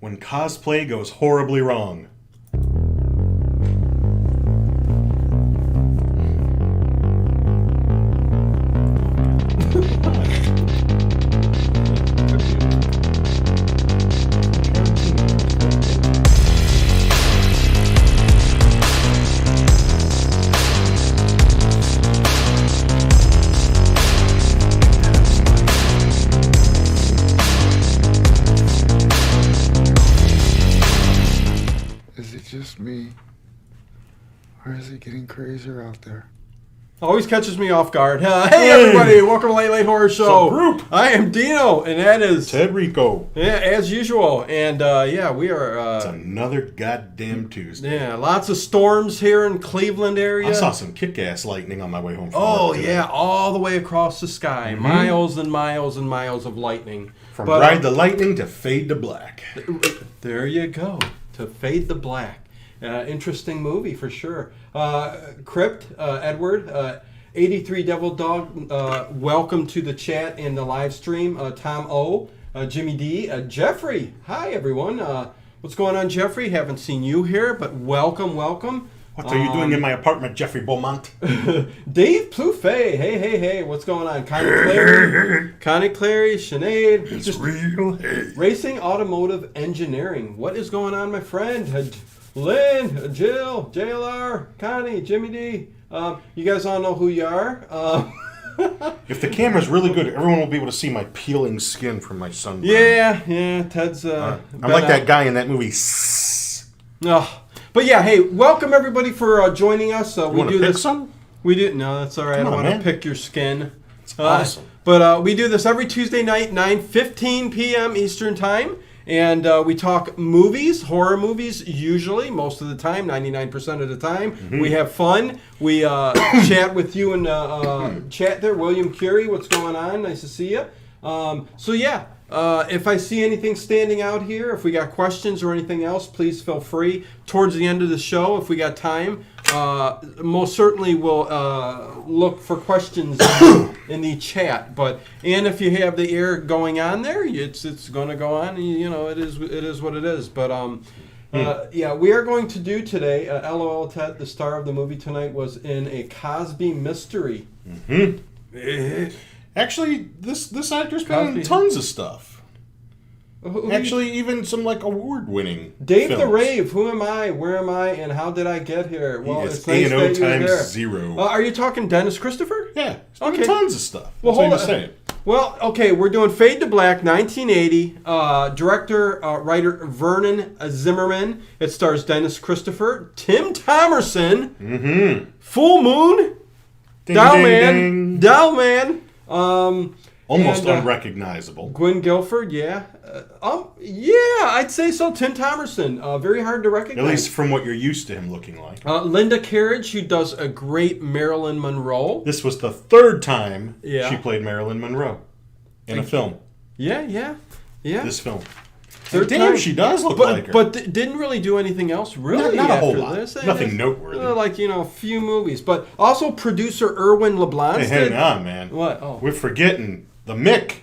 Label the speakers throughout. Speaker 1: When cosplay goes horribly wrong.
Speaker 2: Is it just me? Or is it getting crazier out there?
Speaker 3: Always catches me off guard. Uh, hey, everybody, welcome to Late Late Horror Show.
Speaker 1: group.
Speaker 3: I am Dino, and that is
Speaker 1: Ted Rico.
Speaker 3: yeah, as usual. And uh, yeah, we are.
Speaker 1: It's
Speaker 3: Uh,
Speaker 1: another goddamn Tuesday.
Speaker 3: yeah, lots of storms here in Cleveland area.
Speaker 1: I saw some kick ass lightning on my way home from
Speaker 3: Oh
Speaker 1: work today.
Speaker 3: yeah, all the way across the sky, miles and miles and miles of lightning.
Speaker 1: Mm-hmm. From
Speaker 3: But, uh,
Speaker 1: ride the lightning to fade to black.
Speaker 3: There you go. To fade the black. Uh, interesting movie for sure. Uh, Crypt, uh, Edward, uh, 83 Devil Dog, uh, welcome to the chat and the live stream. Uh, Tom O, uh, Jimmy D, uh, Jeffrey. Hi, everyone. Uh, what's going on, Jeffrey? Haven't seen you here, but welcome, welcome. Uh,
Speaker 1: What are you
Speaker 3: Um,
Speaker 1: doing in my apartment, Jeffrey Beaumont?
Speaker 3: Dave Plouffe. Hey, hey, hey. What's going on? Connie Clary, Connie Clary, Sinead. Just
Speaker 1: real hey.
Speaker 3: Racing Automotive Engineering. What is going on, my friend? Uh, Lynn, uh, Jill, JLR, Connie, Jimmy D. Um, you guys all know who you are. Uh,
Speaker 1: If the camera's really good, everyone will be able to see my peeling skin from my sunburn.
Speaker 3: yeah, yeah, Ted's. Uh,
Speaker 1: I'm
Speaker 3: been
Speaker 1: like
Speaker 3: out-
Speaker 1: that guy in that movie. Sss.
Speaker 3: Ugh. but yeah, hey, welcome everybody for uh, joining us. Uh,
Speaker 1: You
Speaker 3: we
Speaker 1: want to
Speaker 3: do
Speaker 1: pick
Speaker 3: this.
Speaker 1: some?
Speaker 3: We do. No, that's all right.
Speaker 1: Come
Speaker 3: I
Speaker 1: on,
Speaker 3: don't want
Speaker 1: man.
Speaker 3: to pick your skin. It's
Speaker 1: awesome.
Speaker 3: But uh, we do this every Tuesday night, 9:15 p.m. Eastern Time, and uh, we talk movies, horror movies, usually most of the time, 99% of the time.
Speaker 1: Mm-hmm.
Speaker 3: We have fun. We uh, chat with you in uh, uh, chat there, William Curie. What's going on? Nice to see you. Um, so yeah. Uh, if I see anything standing out here, if we got questions or anything else, please feel free. Towards the end of the show, if we got time, uh, most certainly we'll uh, look for questions in the chat. But and if you have the air going on there, it's it's going to go on. You know, it is it is what it is. But um, uh, yeah, we are going to do today. Uh, LOL Ted, the star of the movie tonight, was in a Cosby mystery.
Speaker 1: Actually, this this actor's been
Speaker 3: Cosby.
Speaker 1: in tons of stuff.
Speaker 3: Who- who-
Speaker 1: Actually, even some like award-winning.
Speaker 3: Dave the
Speaker 1: films.
Speaker 3: Rave, who am I? Where am I? And how did I get here?
Speaker 1: He
Speaker 3: Well,
Speaker 1: is
Speaker 3: it's nice
Speaker 1: A&O
Speaker 3: that you're
Speaker 1: times
Speaker 3: there.
Speaker 1: zero.
Speaker 3: Uh, are you talking Dennis Christopher?
Speaker 1: yeah, he's been in
Speaker 3: Okay.
Speaker 1: tons of stuff. That's
Speaker 3: Well,
Speaker 1: what
Speaker 3: hold
Speaker 1: he was
Speaker 3: on.
Speaker 1: saying.
Speaker 3: Well, okay, we're doing Fade to Black, 1980. Uh, director, uh, writer Vernon Zimmerman. It stars Dennis Christopher, Tim Thomerson, Full Moon,
Speaker 1: Ding,
Speaker 3: Dow
Speaker 1: ding,
Speaker 3: Mm-hmm. Man,
Speaker 1: ding.
Speaker 3: Dow Man, um,
Speaker 1: Almost
Speaker 3: and, uh,
Speaker 1: unrecognizable.
Speaker 3: Gwen Guilford. Yeah, uh, um, yeah, I'd say so. Tim Thomerson, uh, very hard to recognize.
Speaker 1: At least from what you're used to him looking like.
Speaker 3: Uh, Linda Carriage, who does a great Marilyn Monroe.
Speaker 1: This was the third time
Speaker 3: Yeah.
Speaker 1: she played Marilyn Monroe in a film.
Speaker 3: Yeah, yeah, yeah.
Speaker 1: This film.
Speaker 3: Third
Speaker 1: damn,
Speaker 3: time.
Speaker 1: she does look
Speaker 3: but
Speaker 1: like her.
Speaker 3: but th- didn't really do anything else really
Speaker 1: Not- not a
Speaker 3: after
Speaker 1: whole lot.
Speaker 3: this. They
Speaker 1: Nothing
Speaker 3: just-
Speaker 1: noteworthy.
Speaker 3: uh, like you know, a few movies, but also producer Irwin LeBlanc.
Speaker 1: hey, hang on, man.
Speaker 3: What? Oh.
Speaker 1: We're forgetting the Mick,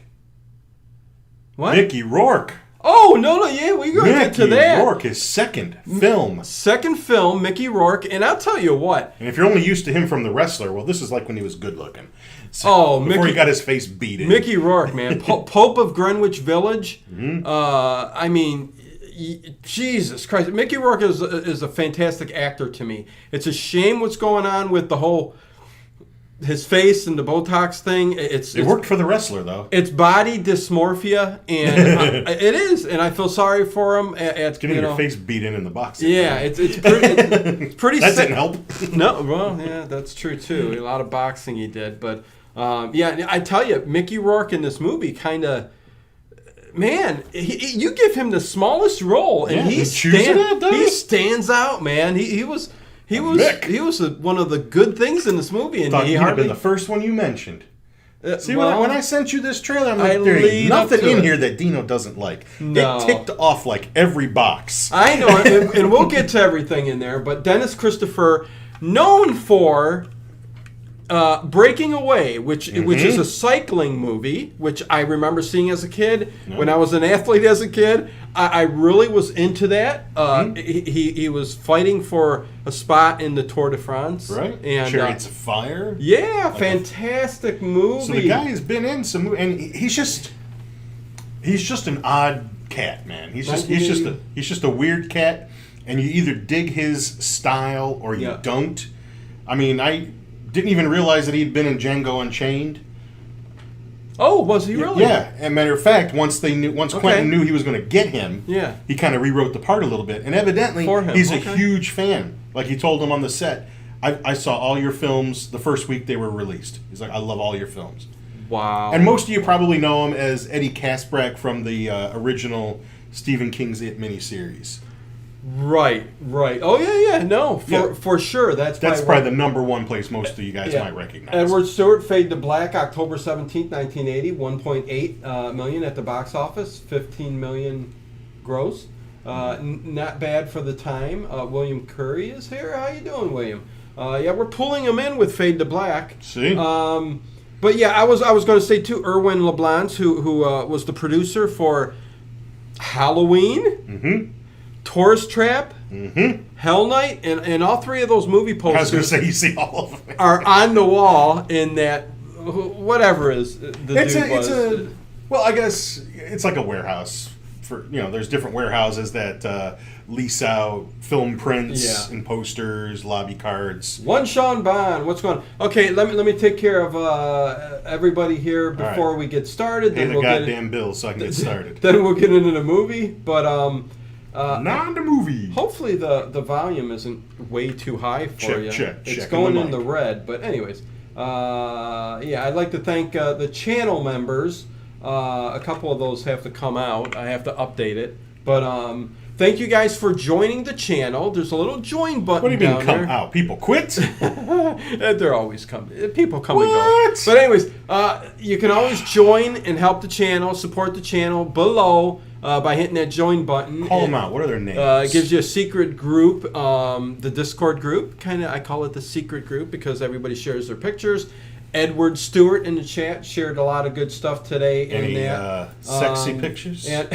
Speaker 3: What?
Speaker 1: Mickey Rourke.
Speaker 3: Oh no no yeah, we gonna get
Speaker 1: Mickey
Speaker 3: to that.
Speaker 1: Rourke, his second film.
Speaker 3: Second film, Mickey Rourke, and I'll tell you what.
Speaker 1: And if you're only used to him from the wrestler, well, this is like when he was good looking. So
Speaker 3: Oh,
Speaker 1: before
Speaker 3: Mickey-
Speaker 1: he got his face beaten.
Speaker 3: Mickey Rourke, man, po- Pope of Greenwich Village.
Speaker 1: Mm-hmm.
Speaker 3: Uh, I mean, y- y- Jesus Christ, Mickey Rourke is is a fantastic actor to me. It's a shame what's going on with the whole his face and the Botox thing. It's
Speaker 1: It
Speaker 3: it's,
Speaker 1: worked for the wrestler though.
Speaker 3: it's body dysmorphia, and uh, it is, and I feel sorry for him. At, at,
Speaker 1: Getting
Speaker 3: you
Speaker 1: your
Speaker 3: know,
Speaker 1: face beaten in the boxing.
Speaker 3: Yeah,
Speaker 1: ring.
Speaker 3: it's it's pretty. It's pretty
Speaker 1: that
Speaker 3: sick.
Speaker 1: didn't help.
Speaker 3: No, well, yeah, that's true too. A lot of boxing he did, but um, yeah, I tell you, Mickey Rourke in this movie kind of. Man, he, he- you give him the smallest role, and
Speaker 1: Yeah,
Speaker 3: he
Speaker 1: he chooses
Speaker 3: stand-
Speaker 1: it, doesn't
Speaker 3: he
Speaker 1: he?
Speaker 3: stands out, man. He, he was he was
Speaker 1: Mick.
Speaker 3: he was a, one of the good things in this movie, and
Speaker 1: Thought
Speaker 3: he
Speaker 1: he'd have
Speaker 3: hardly.
Speaker 1: been the first one you mentioned.
Speaker 3: uh,
Speaker 1: See, when I-
Speaker 3: well,
Speaker 1: when, I, sent you this trailer, I'm
Speaker 3: I
Speaker 1: like, there
Speaker 3: lead
Speaker 1: ain't
Speaker 3: up
Speaker 1: nothing
Speaker 3: to
Speaker 1: in
Speaker 3: it.
Speaker 1: here that Dino doesn't like.
Speaker 3: No.
Speaker 1: It ticked off like every box.
Speaker 3: I know, and, and we'll get to everything in there. But Dennis Christopher, known for uh, Breaking Away, which which
Speaker 1: Mm-hmm.
Speaker 3: is a cycling movie, which I remember seeing as a kid when I was an athlete as a kid. I, I really was into that. Uh,
Speaker 1: Mm-hmm.
Speaker 3: he, he he was fighting for a spot in the Tour de France,
Speaker 1: Right?
Speaker 3: And uh,
Speaker 1: Chariots of Fire.
Speaker 3: yeah, fantastic movie.
Speaker 1: So the guy has been in some, mo- and he- he's just, he's just an odd cat, man. He's just, he's just a, he's just a weird cat, and you either dig his style or you
Speaker 3: Yeah.
Speaker 1: don't. I mean, I didn't even realize that he'd been in Django Unchained.
Speaker 3: oh, was he really?
Speaker 1: Yeah, and matter of fact, once they knew, once Quentin knew he was going to get him,
Speaker 3: Yeah.
Speaker 1: he kind of rewrote the part a little bit, and evidently
Speaker 3: For him,
Speaker 1: he's
Speaker 3: okay.
Speaker 1: a huge fan. Like he told him on the set, I, I saw all your films the first week they were released. He's like, I love all your films.
Speaker 3: Wow.
Speaker 1: And most of you probably know him as Eddie Kasprek from the uh, original Stephen King's It miniseries.
Speaker 3: right, right. Oh yeah, yeah. No, for
Speaker 1: Yeah.
Speaker 3: for sure. That's
Speaker 1: That's
Speaker 3: probably
Speaker 1: probably the number one place most of you guys
Speaker 3: Yeah.
Speaker 1: might recognize.
Speaker 3: Edward Stewart, Fade to Black, October 17th, 1980, 1.8 uh, million at the box office, 15 million gross. Uh, n- not bad for the time. Uh, William Curry is here. How you doing, William? Uh, yeah, we're pulling him in with Fade to Black.
Speaker 1: See?
Speaker 3: Um, but yeah, I was I was going to say too, Erwin LeBlanc, who who uh, was the producer for Halloween,
Speaker 1: Mhm.
Speaker 3: Taurus Trap, Hell Night, and, and all three of those movie posters
Speaker 1: Mm-hmm. I was going to say you see all of them.
Speaker 3: are on the wall in that wh- whatever is uh, the
Speaker 1: It's
Speaker 3: dude
Speaker 1: a,
Speaker 3: was.
Speaker 1: it's a, well, I guess it's like a warehouse for you know. There's different warehouses that uh, lease out film prints
Speaker 3: Yeah.
Speaker 1: and posters, lobby cards.
Speaker 3: one Sean Bond. What's going? on? Okay, let me let me take care of uh, everybody here
Speaker 1: right.
Speaker 3: before we get started.
Speaker 1: Pay
Speaker 3: Then
Speaker 1: the
Speaker 3: we'll get
Speaker 1: goddamn bills so I can get started.
Speaker 3: then we'll get into the movie. But um, uh,
Speaker 1: Not the movie.
Speaker 3: hopefully the the volume isn't way too high for
Speaker 1: Check,
Speaker 3: you.
Speaker 1: check,
Speaker 3: it's
Speaker 1: check on
Speaker 3: going
Speaker 1: the
Speaker 3: in the
Speaker 1: mic.
Speaker 3: red. But anyways, uh, yeah, I'd like to thank uh, the channel members. Uh, a couple of those have to come out. I have to update it. But um, thank you guys for joining the channel. There's a little join button
Speaker 1: What do you mean
Speaker 3: down
Speaker 1: come
Speaker 3: there.
Speaker 1: out? People quit.
Speaker 3: Uh, They're always coming. People come and go.
Speaker 1: What?
Speaker 3: But anyways, uh, you can always join and help the channel, support the channel below uh, by hitting that join button.
Speaker 1: Call them
Speaker 3: And-
Speaker 1: out. What are their names?
Speaker 3: uh, it gives you a secret group, um, the Discord group. Kind of, I call it the secret group because everybody shares their pictures. Edward Stewart in the chat shared a lot of good stuff today.
Speaker 1: Any,
Speaker 3: in that.
Speaker 1: uh, sexy pictures?
Speaker 3: And,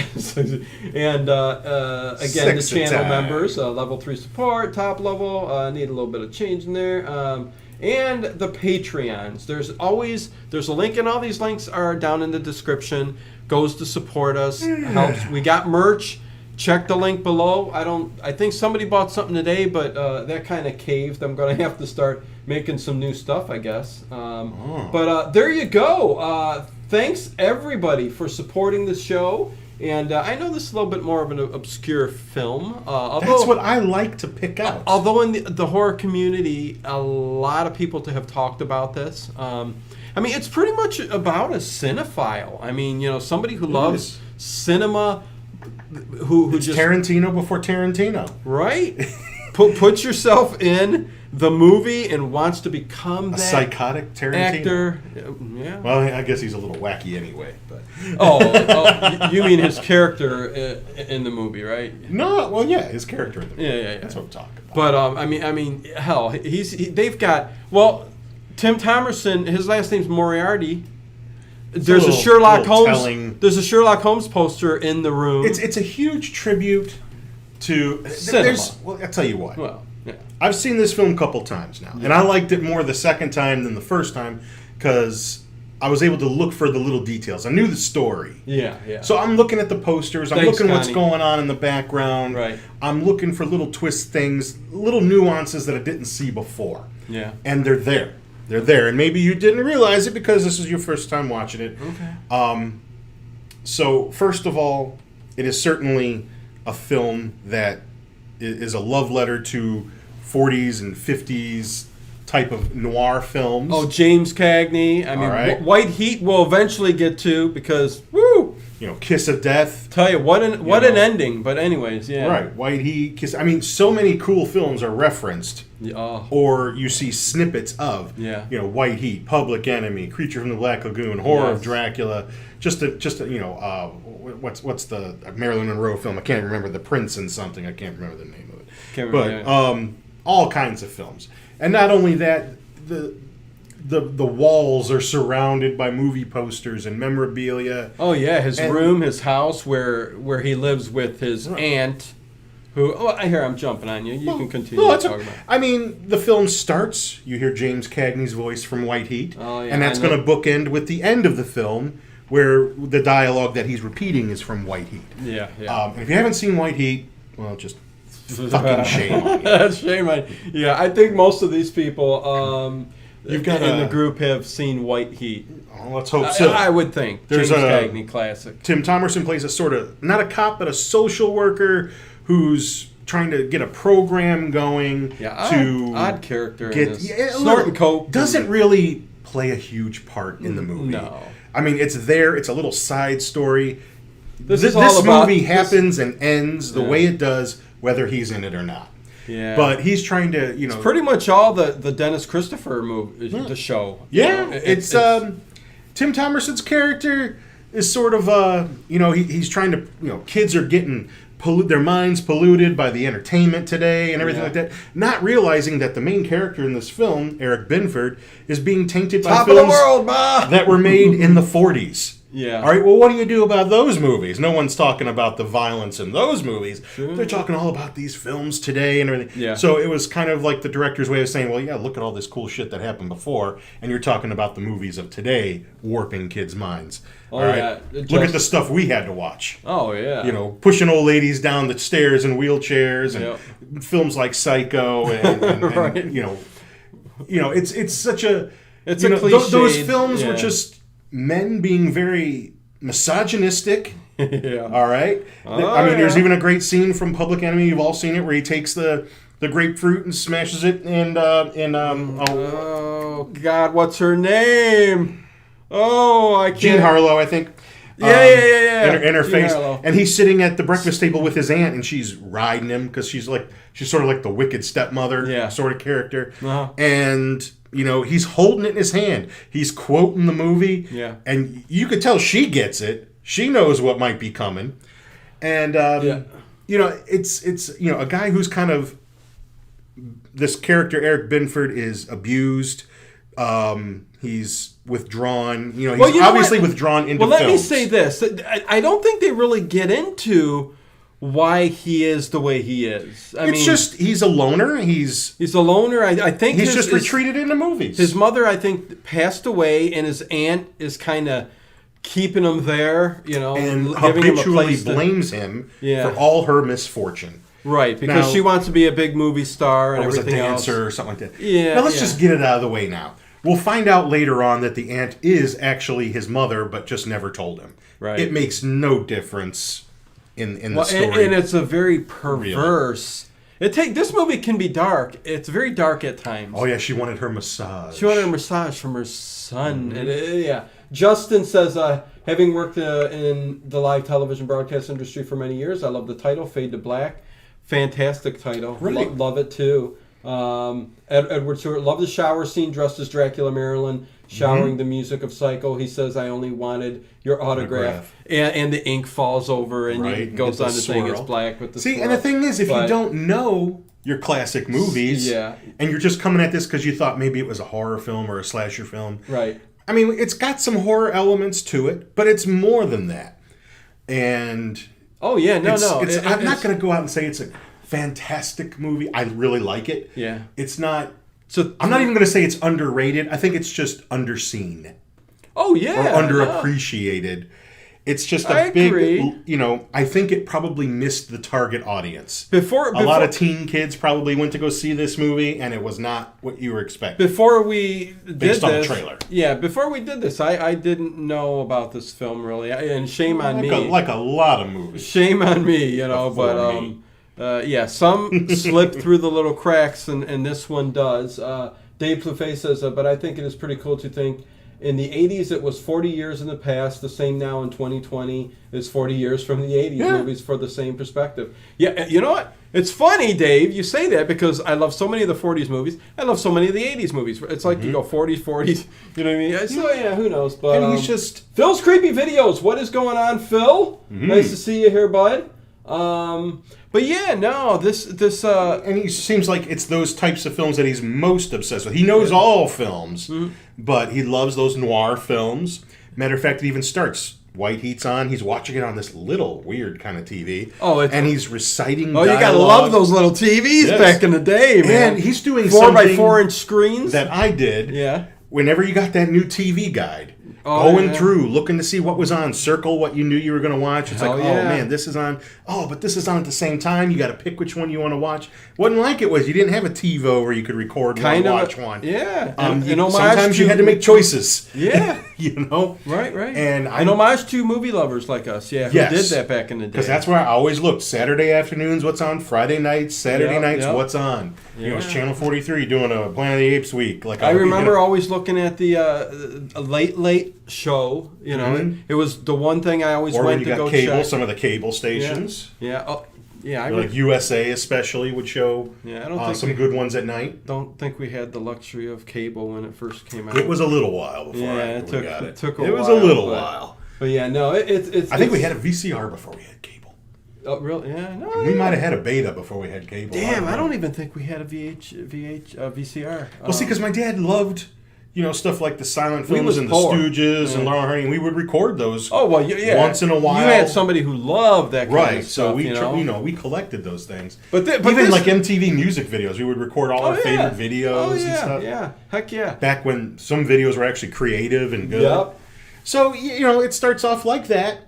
Speaker 3: and uh, uh, again,
Speaker 1: Sexy
Speaker 3: the channel
Speaker 1: time.
Speaker 3: members, uh, level three support, top level. Uh, need a little bit of change in there. Um, and the Patreons. There's always there's a link, and all these links are down in the description. Goes to support us. Helps. We got merch. Check the link below. I don't. I think somebody bought something today, but uh, that kind of caved. I'm gonna have to start making some new stuff, I guess. Um,
Speaker 1: Oh.
Speaker 3: But uh, there you go. Uh, thanks everybody for supporting the show. And uh, I know this is a little bit more of an obscure film. Uh, although,
Speaker 1: That's what I like to pick out.
Speaker 3: Although in the, the horror community, a lot of people to have talked about this. Um, I mean, it's pretty much about a cinephile. I mean, you know, somebody who loves
Speaker 1: is.
Speaker 3: cinema, who who
Speaker 1: It's
Speaker 3: just
Speaker 1: Tarantino before Tarantino.
Speaker 3: right put put yourself in the movie and wants to become
Speaker 1: A
Speaker 3: that
Speaker 1: psychotic Tarantino.
Speaker 3: actor. Yeah.
Speaker 1: Well, I guess he's a little wacky anyway. But
Speaker 3: oh, oh, y- you mean his character i- in the movie, right?
Speaker 1: no, well, yeah, his character in the movie.
Speaker 3: Yeah, yeah, yeah.
Speaker 1: That's what I'm talking about.
Speaker 3: But um, I mean, I mean, hell, he's he, they've got well, Tim Thomerson. His last name's Moriarty. There's a,
Speaker 1: little-
Speaker 3: Sherlock
Speaker 1: little
Speaker 3: Holmes.
Speaker 1: telling.
Speaker 3: There's a Sherlock Holmes poster in the room.
Speaker 1: It's it's a huge tribute to th-
Speaker 3: Cinema.
Speaker 1: There's, well, I'll tell you what.
Speaker 3: well, yeah.
Speaker 1: I've seen this film a couple times now, and I liked it more the second time than the first time because I was able to look for the little details. I knew the story.
Speaker 3: Yeah, yeah.
Speaker 1: So I'm looking at the posters. I'm
Speaker 3: Thanks,
Speaker 1: looking what's
Speaker 3: Connie.
Speaker 1: going on in the background.
Speaker 3: Right.
Speaker 1: I'm looking for little twist things, little nuances that I didn't see before.
Speaker 3: Yeah.
Speaker 1: And they're there. They're there, and maybe you didn't realize it because this is your first time watching it. Um,
Speaker 3: okay.
Speaker 1: So first of all, it is certainly a film that i- is a love letter to 40s and 50s type of noir films.
Speaker 3: Oh, James Cagney. I mean,
Speaker 1: All right.
Speaker 3: Wh- White Heat will eventually get to because woo.
Speaker 1: you know, Kiss of Death.
Speaker 3: Tell you what an what an
Speaker 1: know.
Speaker 3: ending. But anyways, yeah.
Speaker 1: Right, White Heat, Kiss. I mean, so many cool films are referenced.
Speaker 3: Yeah, Oh,
Speaker 1: or you see snippets of.
Speaker 3: Yeah.
Speaker 1: You know, White Heat, Public Enemy, Creature from the Black Lagoon, Horror
Speaker 3: Yes.
Speaker 1: of Dracula. Just a, just a, you know, uh, wh- what's what's the Marilyn Monroe film? I can't remember the Prince and something. I can't remember the name of it.
Speaker 3: Can't
Speaker 1: but
Speaker 3: remember, yeah.
Speaker 1: um, all kinds of films, and not only that, the the the walls are surrounded by movie posters and memorabilia.
Speaker 3: Oh yeah, his
Speaker 1: And-
Speaker 3: room, his house, where where he lives with his
Speaker 1: Right.
Speaker 3: aunt. Who? Oh, I hear I'm jumping on you. You can continue.
Speaker 1: No,
Speaker 3: to
Speaker 1: that's
Speaker 3: talk
Speaker 1: a-
Speaker 3: about. it.
Speaker 1: I mean, the film starts. You hear James Cagney's voice from White Heat,
Speaker 3: Oh, yeah,
Speaker 1: and that's
Speaker 3: I know.
Speaker 1: going to bookend with the end of the film, where the dialogue that he's repeating is from White Heat.
Speaker 3: Yeah, yeah.
Speaker 1: Um, and if you haven't seen White Heat, well, just fucking shame. on you.
Speaker 3: That's shame. I, yeah, I think most of these people um,
Speaker 1: You've got
Speaker 3: in
Speaker 1: a-
Speaker 3: the group have seen White Heat.
Speaker 1: Well, uh, let's hope
Speaker 3: I-
Speaker 1: so.
Speaker 3: I, would think
Speaker 1: There's
Speaker 3: James
Speaker 1: a-
Speaker 3: Cagney classic.
Speaker 1: Tim Thomerson plays a sort of not a cop but a social worker who's trying to get a program going
Speaker 3: Yeah, odd,
Speaker 1: to
Speaker 3: odd character. in
Speaker 1: get
Speaker 3: this.
Speaker 1: yeah, a
Speaker 3: snorting
Speaker 1: little-
Speaker 3: coke
Speaker 1: Doesn't really play a huge part in the movie.
Speaker 3: Mm, no.
Speaker 1: I mean it's there. It's a little side story.
Speaker 3: This
Speaker 1: This,
Speaker 3: is all
Speaker 1: this
Speaker 3: about-
Speaker 1: movie
Speaker 3: this-
Speaker 1: happens and ends the
Speaker 3: Yeah.
Speaker 1: way it does, whether he's in it or not.
Speaker 3: Yeah.
Speaker 1: But he's trying to, you know,
Speaker 3: pretty much all the the Dennis Christopher movie, the show.
Speaker 1: Hmm. Yeah,
Speaker 3: You know, it-
Speaker 1: it's, um, Tim Thomerson's character is sort of uh, you know he, he's trying to you know kids are getting pollu- their minds polluted by the entertainment today and everything
Speaker 3: Yeah.
Speaker 1: like that, not realizing that the main character in this film, Eric Binford, is being tainted
Speaker 3: top
Speaker 1: by
Speaker 3: of
Speaker 1: films
Speaker 3: the world, ma.
Speaker 1: that were made in the '40s.
Speaker 3: Yeah.
Speaker 1: All right. Well, what do you do about those movies? No one's talking about the violence in those movies. They're talking all about these films today and everything.
Speaker 3: Yeah.
Speaker 1: So it was kind of like the director's way of saying, "Well, yeah, look at all this cool shit that happened before, and you're talking about the movies of today warping kids' minds.
Speaker 3: Oh,
Speaker 1: all right.
Speaker 3: yeah.
Speaker 1: Look
Speaker 3: It just-
Speaker 1: at the stuff we had to watch.
Speaker 3: oh yeah.
Speaker 1: You know, pushing old ladies down the stairs in wheelchairs, and films like Psycho, and, and- and,
Speaker 3: Right.
Speaker 1: you know, you know, it's it's such a
Speaker 3: It's
Speaker 1: you
Speaker 3: a
Speaker 1: know, tho- those
Speaker 3: cliched-
Speaker 1: films
Speaker 3: yeah.
Speaker 1: were just men being very misogynistic.
Speaker 3: yeah.
Speaker 1: All right.
Speaker 3: Oh,
Speaker 1: I mean, there's
Speaker 3: yeah.
Speaker 1: even a great scene from Public Enemy. You've all seen it, where he takes the the grapefruit and smashes it, and uh, and um, oh,
Speaker 3: Oh God, what's her name? Oh, I can't.
Speaker 1: Jean Harlow, I think.
Speaker 3: Yeah, yeah, yeah, yeah.
Speaker 1: In her, in her
Speaker 3: Jean
Speaker 1: face,
Speaker 3: Harlow.
Speaker 1: and he's sitting at the breakfast table with his aunt, and she's riding him because she's like she's sort of like the wicked stepmother
Speaker 3: Yeah.
Speaker 1: sort of character,
Speaker 3: Uh-huh.
Speaker 1: and. You know, he's holding it in his hand. He's quoting the movie.
Speaker 3: Yeah.
Speaker 1: And you could tell she gets it. She knows what might be coming. And um,
Speaker 3: Yeah.
Speaker 1: you know, it's it's you know, a guy who's kind of this character Eric Binford is abused. Um, he's withdrawn. You know, he's
Speaker 3: Well, you know
Speaker 1: obviously
Speaker 3: what?
Speaker 1: withdrawn into
Speaker 3: Well, let me
Speaker 1: films.
Speaker 3: say this: I, I don't think they really get into why he is the way he is. I
Speaker 1: it's
Speaker 3: mean,
Speaker 1: just he's a loner. He's
Speaker 3: he's a loner. I, I think
Speaker 1: he's
Speaker 3: his-
Speaker 1: just
Speaker 3: his-
Speaker 1: retreated into movies.
Speaker 3: His mother, I think, passed away, and his aunt is kind of keeping him there. You know,
Speaker 1: and
Speaker 3: l- giving him a
Speaker 1: habitually
Speaker 3: place to-
Speaker 1: blames him
Speaker 3: Yeah.
Speaker 1: for all her misfortune.
Speaker 3: Right, because
Speaker 1: Now-
Speaker 3: she wants to be a big movie star and
Speaker 1: Or was a
Speaker 3: everything
Speaker 1: dancer
Speaker 3: else.
Speaker 1: or something like that.
Speaker 3: Yeah,
Speaker 1: Now let's
Speaker 3: yeah.
Speaker 1: just get it out of the way now. We'll find out later on that the aunt is actually his mother, but just never told him.
Speaker 3: Right.
Speaker 1: It makes no difference in in the
Speaker 3: Well,
Speaker 1: story.
Speaker 3: and, and it's a very perverse. It take this movie can be dark. It's very dark at times.
Speaker 1: oh yeah, she wanted her massage.
Speaker 3: She wanted a massage from her son,
Speaker 1: Mm-hmm.
Speaker 3: and uh, yeah. Justin says, uh, having worked uh, in the live television broadcast industry for many years, I love the title, Fade to Black. Fantastic title. Lo-
Speaker 1: Really?
Speaker 3: love it too. Um, Ed- Edward Stewart, love the shower scene dressed as Dracula Marilyn, showering
Speaker 1: Mm-hmm.
Speaker 3: the music of Psycho. He says, I only wanted your autograph.
Speaker 1: Autograph.
Speaker 3: And, and the ink falls over and
Speaker 1: Right,
Speaker 3: it
Speaker 1: and
Speaker 3: goes
Speaker 1: it's a
Speaker 3: on to saying it's
Speaker 1: swirl.
Speaker 3: black with the
Speaker 1: See, and
Speaker 3: swirl.
Speaker 1: the thing is, if
Speaker 3: But-
Speaker 1: you don't know your classic movies,
Speaker 3: Yeah.
Speaker 1: and you're just coming at this because you thought maybe it was a horror film or a slasher film,
Speaker 3: Right.
Speaker 1: I mean, it's got some horror elements to it, but it's more than that. And
Speaker 3: Oh, yeah, no,
Speaker 1: it's,
Speaker 3: no.
Speaker 1: it's,
Speaker 3: it-
Speaker 1: I'm
Speaker 3: it's-
Speaker 1: not going to go out and say it's a fantastic movie. I really like it.
Speaker 3: Yeah.
Speaker 1: It's not.
Speaker 3: it's a-
Speaker 1: I'm not even going to say it's underrated. I think it's just underseen
Speaker 3: Oh, yeah.
Speaker 1: or
Speaker 3: no.
Speaker 1: underappreciated. It's just a
Speaker 3: I
Speaker 1: big,
Speaker 3: agree.
Speaker 1: you know. I think it probably missed the target audience.
Speaker 3: Before,
Speaker 1: a
Speaker 3: before
Speaker 1: lot of teen kids probably went to go see this movie, and it was not what you were expecting.
Speaker 3: before we did
Speaker 1: Based on the
Speaker 3: this,
Speaker 1: trailer.
Speaker 3: Yeah, before we did this, I, I didn't know about this film really, I, and shame on
Speaker 1: Like
Speaker 3: me.
Speaker 1: a, like a lot of movies.
Speaker 3: shame on me, you know.
Speaker 1: Before
Speaker 3: But um, uh, yeah, some slip through the little cracks, and, and this one does. Uh, Dave Plouffet says, uh, but I think it is pretty cool to think. In the 80s, it was 40 years in the past. The same now in 2020 is 40 years from the 80s.
Speaker 1: Yeah.
Speaker 3: Movies for the same perspective. Yeah, uh, you know what? It's funny, Dave, you say that because I love so many of the 40s movies. I love so many of the 80s movies. It's like you go 40s, 40s. You know what I mean? So, yeah, who knows? But
Speaker 1: Mm-hmm. And he's
Speaker 3: um,
Speaker 1: just Mm-hmm.
Speaker 3: Phil's creepy videos. What is going on, Phil? Nice to see you here, bud. Um, but yeah, no, this this uh,
Speaker 1: and he seems like it's those types of films that he's most obsessed with. He knows all films,
Speaker 3: Mm-hmm.
Speaker 1: but he loves those noir films. Matter of fact, it even starts. White heat's on. He's watching it on this little weird kind of TV.
Speaker 3: Oh, it's-
Speaker 1: and he's reciting.
Speaker 3: oh, you gotta
Speaker 1: dialogue
Speaker 3: love those little TVs
Speaker 1: Yes.
Speaker 3: back in the day, man.
Speaker 1: And he's doing
Speaker 3: four by
Speaker 1: something
Speaker 3: four inch screens.
Speaker 1: that I did.
Speaker 3: Yeah.
Speaker 1: Whenever you got that new TV guide,
Speaker 3: Oh,
Speaker 1: going
Speaker 3: yeah.
Speaker 1: through, looking to see what was on, circle what you knew you were going to watch. It's
Speaker 3: Hell
Speaker 1: like,
Speaker 3: yeah.
Speaker 1: oh man, this is on. Oh, but this is on at the same time. You got to pick which one you want to watch. Wasn't like it was. You didn't have a TiVo where you could record
Speaker 3: Kind
Speaker 1: one,
Speaker 3: of a-
Speaker 1: watch one.
Speaker 3: yeah.
Speaker 1: Um,
Speaker 3: An-
Speaker 1: you,
Speaker 3: an homage
Speaker 1: sometimes you
Speaker 3: to-
Speaker 1: had to make choices.
Speaker 3: Yeah.
Speaker 1: you know.
Speaker 3: right, right.
Speaker 1: And I
Speaker 3: an homage to movie lovers like us, yeah, who
Speaker 1: Yes.
Speaker 3: did that back in the day.
Speaker 1: Because that's where I always looked. Saturday afternoons, what's on? Friday nights, Saturday
Speaker 3: Yep,
Speaker 1: nights,
Speaker 3: yep.
Speaker 1: what's on? You know, it's
Speaker 3: Yeah.
Speaker 1: Channel 43 doing a Planet of the Apes week. Like
Speaker 3: I
Speaker 1: you
Speaker 3: remember
Speaker 1: know.
Speaker 3: always looking at the uh, uh, late late show. You know,
Speaker 1: Mhm.
Speaker 3: it was the one thing I always
Speaker 1: or when
Speaker 3: went
Speaker 1: you
Speaker 3: to go
Speaker 1: got cable,
Speaker 3: check.
Speaker 1: some of the cable stations,
Speaker 3: yeah, oh, yeah. I
Speaker 1: like
Speaker 3: re-
Speaker 1: USA especially, would show
Speaker 3: Yeah, I don't
Speaker 1: uh,
Speaker 3: think
Speaker 1: some
Speaker 3: we-
Speaker 1: good ones at night.
Speaker 3: don't think we had the luxury of cable when it first came out.
Speaker 1: It was a little while before
Speaker 3: Yeah,
Speaker 1: I
Speaker 3: it
Speaker 1: we
Speaker 3: took-
Speaker 1: got it.
Speaker 3: it took a
Speaker 1: it was a
Speaker 3: while,
Speaker 1: little
Speaker 3: but-
Speaker 1: while.
Speaker 3: but yeah, no, it, it's it's.
Speaker 1: I think we
Speaker 3: it's-
Speaker 1: had a VCR before we had cable.
Speaker 3: Oh, really? Yeah. No,
Speaker 1: We
Speaker 3: yeah.
Speaker 1: might have had a beta before we had cable.
Speaker 3: Damn, I
Speaker 1: know.
Speaker 3: don't e- even think we had a VH, VH, uh, VCR.
Speaker 1: Well, see,
Speaker 3: Um,
Speaker 1: because my dad loved, you know, stuff like the silent
Speaker 3: We was
Speaker 1: films and the
Speaker 3: poor.
Speaker 1: Stooges
Speaker 3: Yeah.
Speaker 1: and Laurel and Hardy. and We would record those.
Speaker 3: oh well, you- yeah.
Speaker 1: once in a while.
Speaker 3: you had somebody who loved that kind
Speaker 1: right.
Speaker 3: of
Speaker 1: So
Speaker 3: stuff,
Speaker 1: we,
Speaker 3: you
Speaker 1: tr-
Speaker 3: know.
Speaker 1: you know, we collected those things.
Speaker 3: But thi- but
Speaker 1: even
Speaker 3: this-
Speaker 1: like MTV music videos, we would record all
Speaker 3: oh,
Speaker 1: our
Speaker 3: yeah.
Speaker 1: favorite videos
Speaker 3: oh, yeah,
Speaker 1: and stuff.
Speaker 3: Yeah, heck yeah.
Speaker 1: Back when some videos were actually creative and good.
Speaker 3: Yep.
Speaker 1: So y- you know, it starts off like that.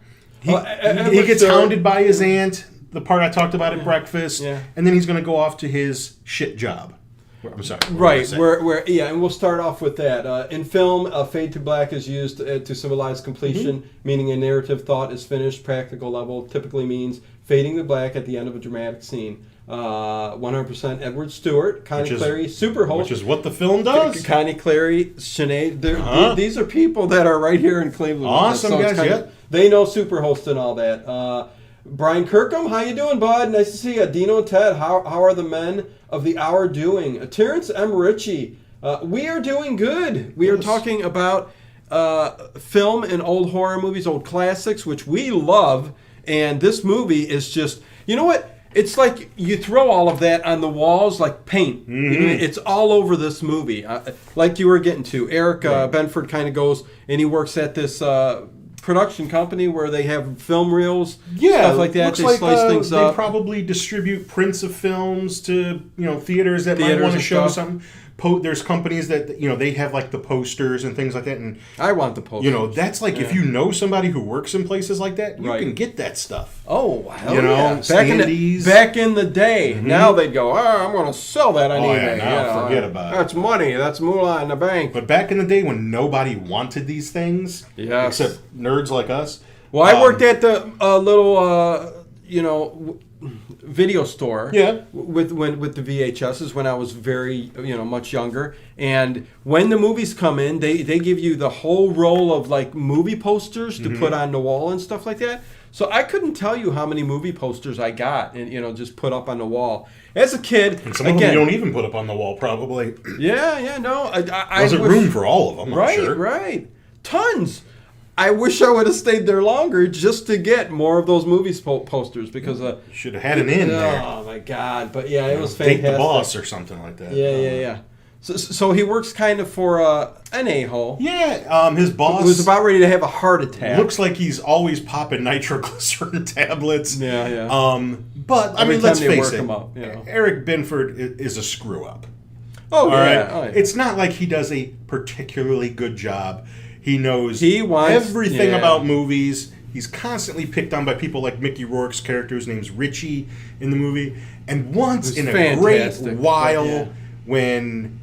Speaker 1: He,
Speaker 3: Well, a- a-
Speaker 1: he
Speaker 3: and
Speaker 1: gets
Speaker 3: so-
Speaker 1: hounded by his aunt. The part I talked about at breakfast,
Speaker 3: e, Yeah.
Speaker 1: and then he's going to go off to his shit job. I'm sorry. what was I
Speaker 3: Right,
Speaker 1: saying?
Speaker 3: where, where, yeah, and we'll start off with that. Uh, in film, a fade to black is used uh, to symbolize completion,
Speaker 1: Mm-hmm.
Speaker 3: meaning a narrative thought is finished, practical level, typically means fading to black at the end of a dramatic scene. Uh, 100% Edward Stewart, Connie
Speaker 1: Which is-
Speaker 3: Clary, Super Hulk,
Speaker 1: which is what the film does.
Speaker 3: Connie Clary, Sinead. They're,
Speaker 1: Uh-huh.
Speaker 3: th- these are people that are right here in Cleveland. with us,
Speaker 1: Awesome
Speaker 3: so it's
Speaker 1: guys,
Speaker 3: kinda-
Speaker 1: yeah.
Speaker 3: They know Superhost and all that. Uh, Brian Kirkham, how you doing, bud? Nice to see you. Dino and Ted, how, how are the men of the hour doing? Uh, Terrence M. Ritchie, uh, we are doing good. We are
Speaker 1: Yes.
Speaker 3: talking about uh, film and old horror movies, old classics, which we love. And this movie is just, you know what? It's like you throw all of that on the walls like paint. You know, it's all over this movie. Uh, like you were getting to, Eric uh, Benford kind of goes and he works at this uh, production company where they have film reels, stuff like that.
Speaker 1: looks
Speaker 3: They
Speaker 1: like,
Speaker 3: slice
Speaker 1: uh,
Speaker 3: things
Speaker 1: they
Speaker 3: up.
Speaker 1: probably distribute prints of films to you know theaters that
Speaker 3: Theaters
Speaker 1: might want to
Speaker 3: and
Speaker 1: show
Speaker 3: stuff.
Speaker 1: something. Po- there's companies that you know they have like the posters and things like that, and
Speaker 3: I want the poster.
Speaker 1: you know that's like if you know somebody who works in places like that, you
Speaker 3: Right.
Speaker 1: can get that stuff.
Speaker 3: Oh, hell
Speaker 1: You know,
Speaker 3: yeah. back in the
Speaker 1: standees.
Speaker 3: back in the day, now they'd go, "Oh, I'm going to sell that on
Speaker 1: Oh, yeah,
Speaker 3: eBay."
Speaker 1: now
Speaker 3: you know,
Speaker 1: forget about it.
Speaker 3: That's money. That's moolah in the bank.
Speaker 1: But back in the day when nobody wanted these things,
Speaker 3: Yes.
Speaker 1: except nerds like us.
Speaker 3: well, I
Speaker 1: um,
Speaker 3: worked at the uh, little, uh, you know, w- video store.
Speaker 1: Yeah.
Speaker 3: With when with the VHSs when I was very you know much younger, and when the movies come in, they they give you the whole roll of like movie posters to put
Speaker 1: Mm-hmm.
Speaker 3: on the wall and stuff like that. So I couldn't tell you how many movie posters I got and you know just put up on the wall. As a kid,
Speaker 1: Some of
Speaker 3: again,
Speaker 1: them you don't e- even put up on the wall, probably.
Speaker 3: Yeah, yeah, no. I, I,
Speaker 1: Wasn't
Speaker 3: I wish,
Speaker 1: room for all of them, I'm
Speaker 3: Right,
Speaker 1: sure.
Speaker 3: right. Tons. I wish I would have stayed there longer just to get more of those movies po- posters because uh,
Speaker 1: Should have had an in there.
Speaker 3: oh my god! But yeah, it was
Speaker 1: Take
Speaker 3: fantastic.
Speaker 1: the boss or something like that.
Speaker 3: Yeah, yeah,
Speaker 1: Um,
Speaker 3: yeah. So, so he works kind of for uh, an a hole
Speaker 1: Yeah, um, his boss
Speaker 3: who's about ready to have a heart attack.
Speaker 1: looks like he's always popping nitroglycerin tablets.
Speaker 3: Yeah, yeah.
Speaker 1: Um, but I
Speaker 3: Every
Speaker 1: mean, let's
Speaker 3: time they
Speaker 1: face
Speaker 3: work
Speaker 1: it.
Speaker 3: him up, you know.
Speaker 1: Eric Benford i- is a screw up. All
Speaker 3: oh, yeah,
Speaker 1: right,
Speaker 3: oh, yeah.
Speaker 1: it's not like he does a particularly good job. He knows
Speaker 3: He wants-
Speaker 1: everything
Speaker 3: yeah.
Speaker 1: about movies. He's constantly picked on by people like Mickey Rourke's character, whose name's Richie in the movie, and once
Speaker 3: Who's
Speaker 1: in a great
Speaker 3: fantastic, but
Speaker 1: while
Speaker 3: yeah.
Speaker 1: when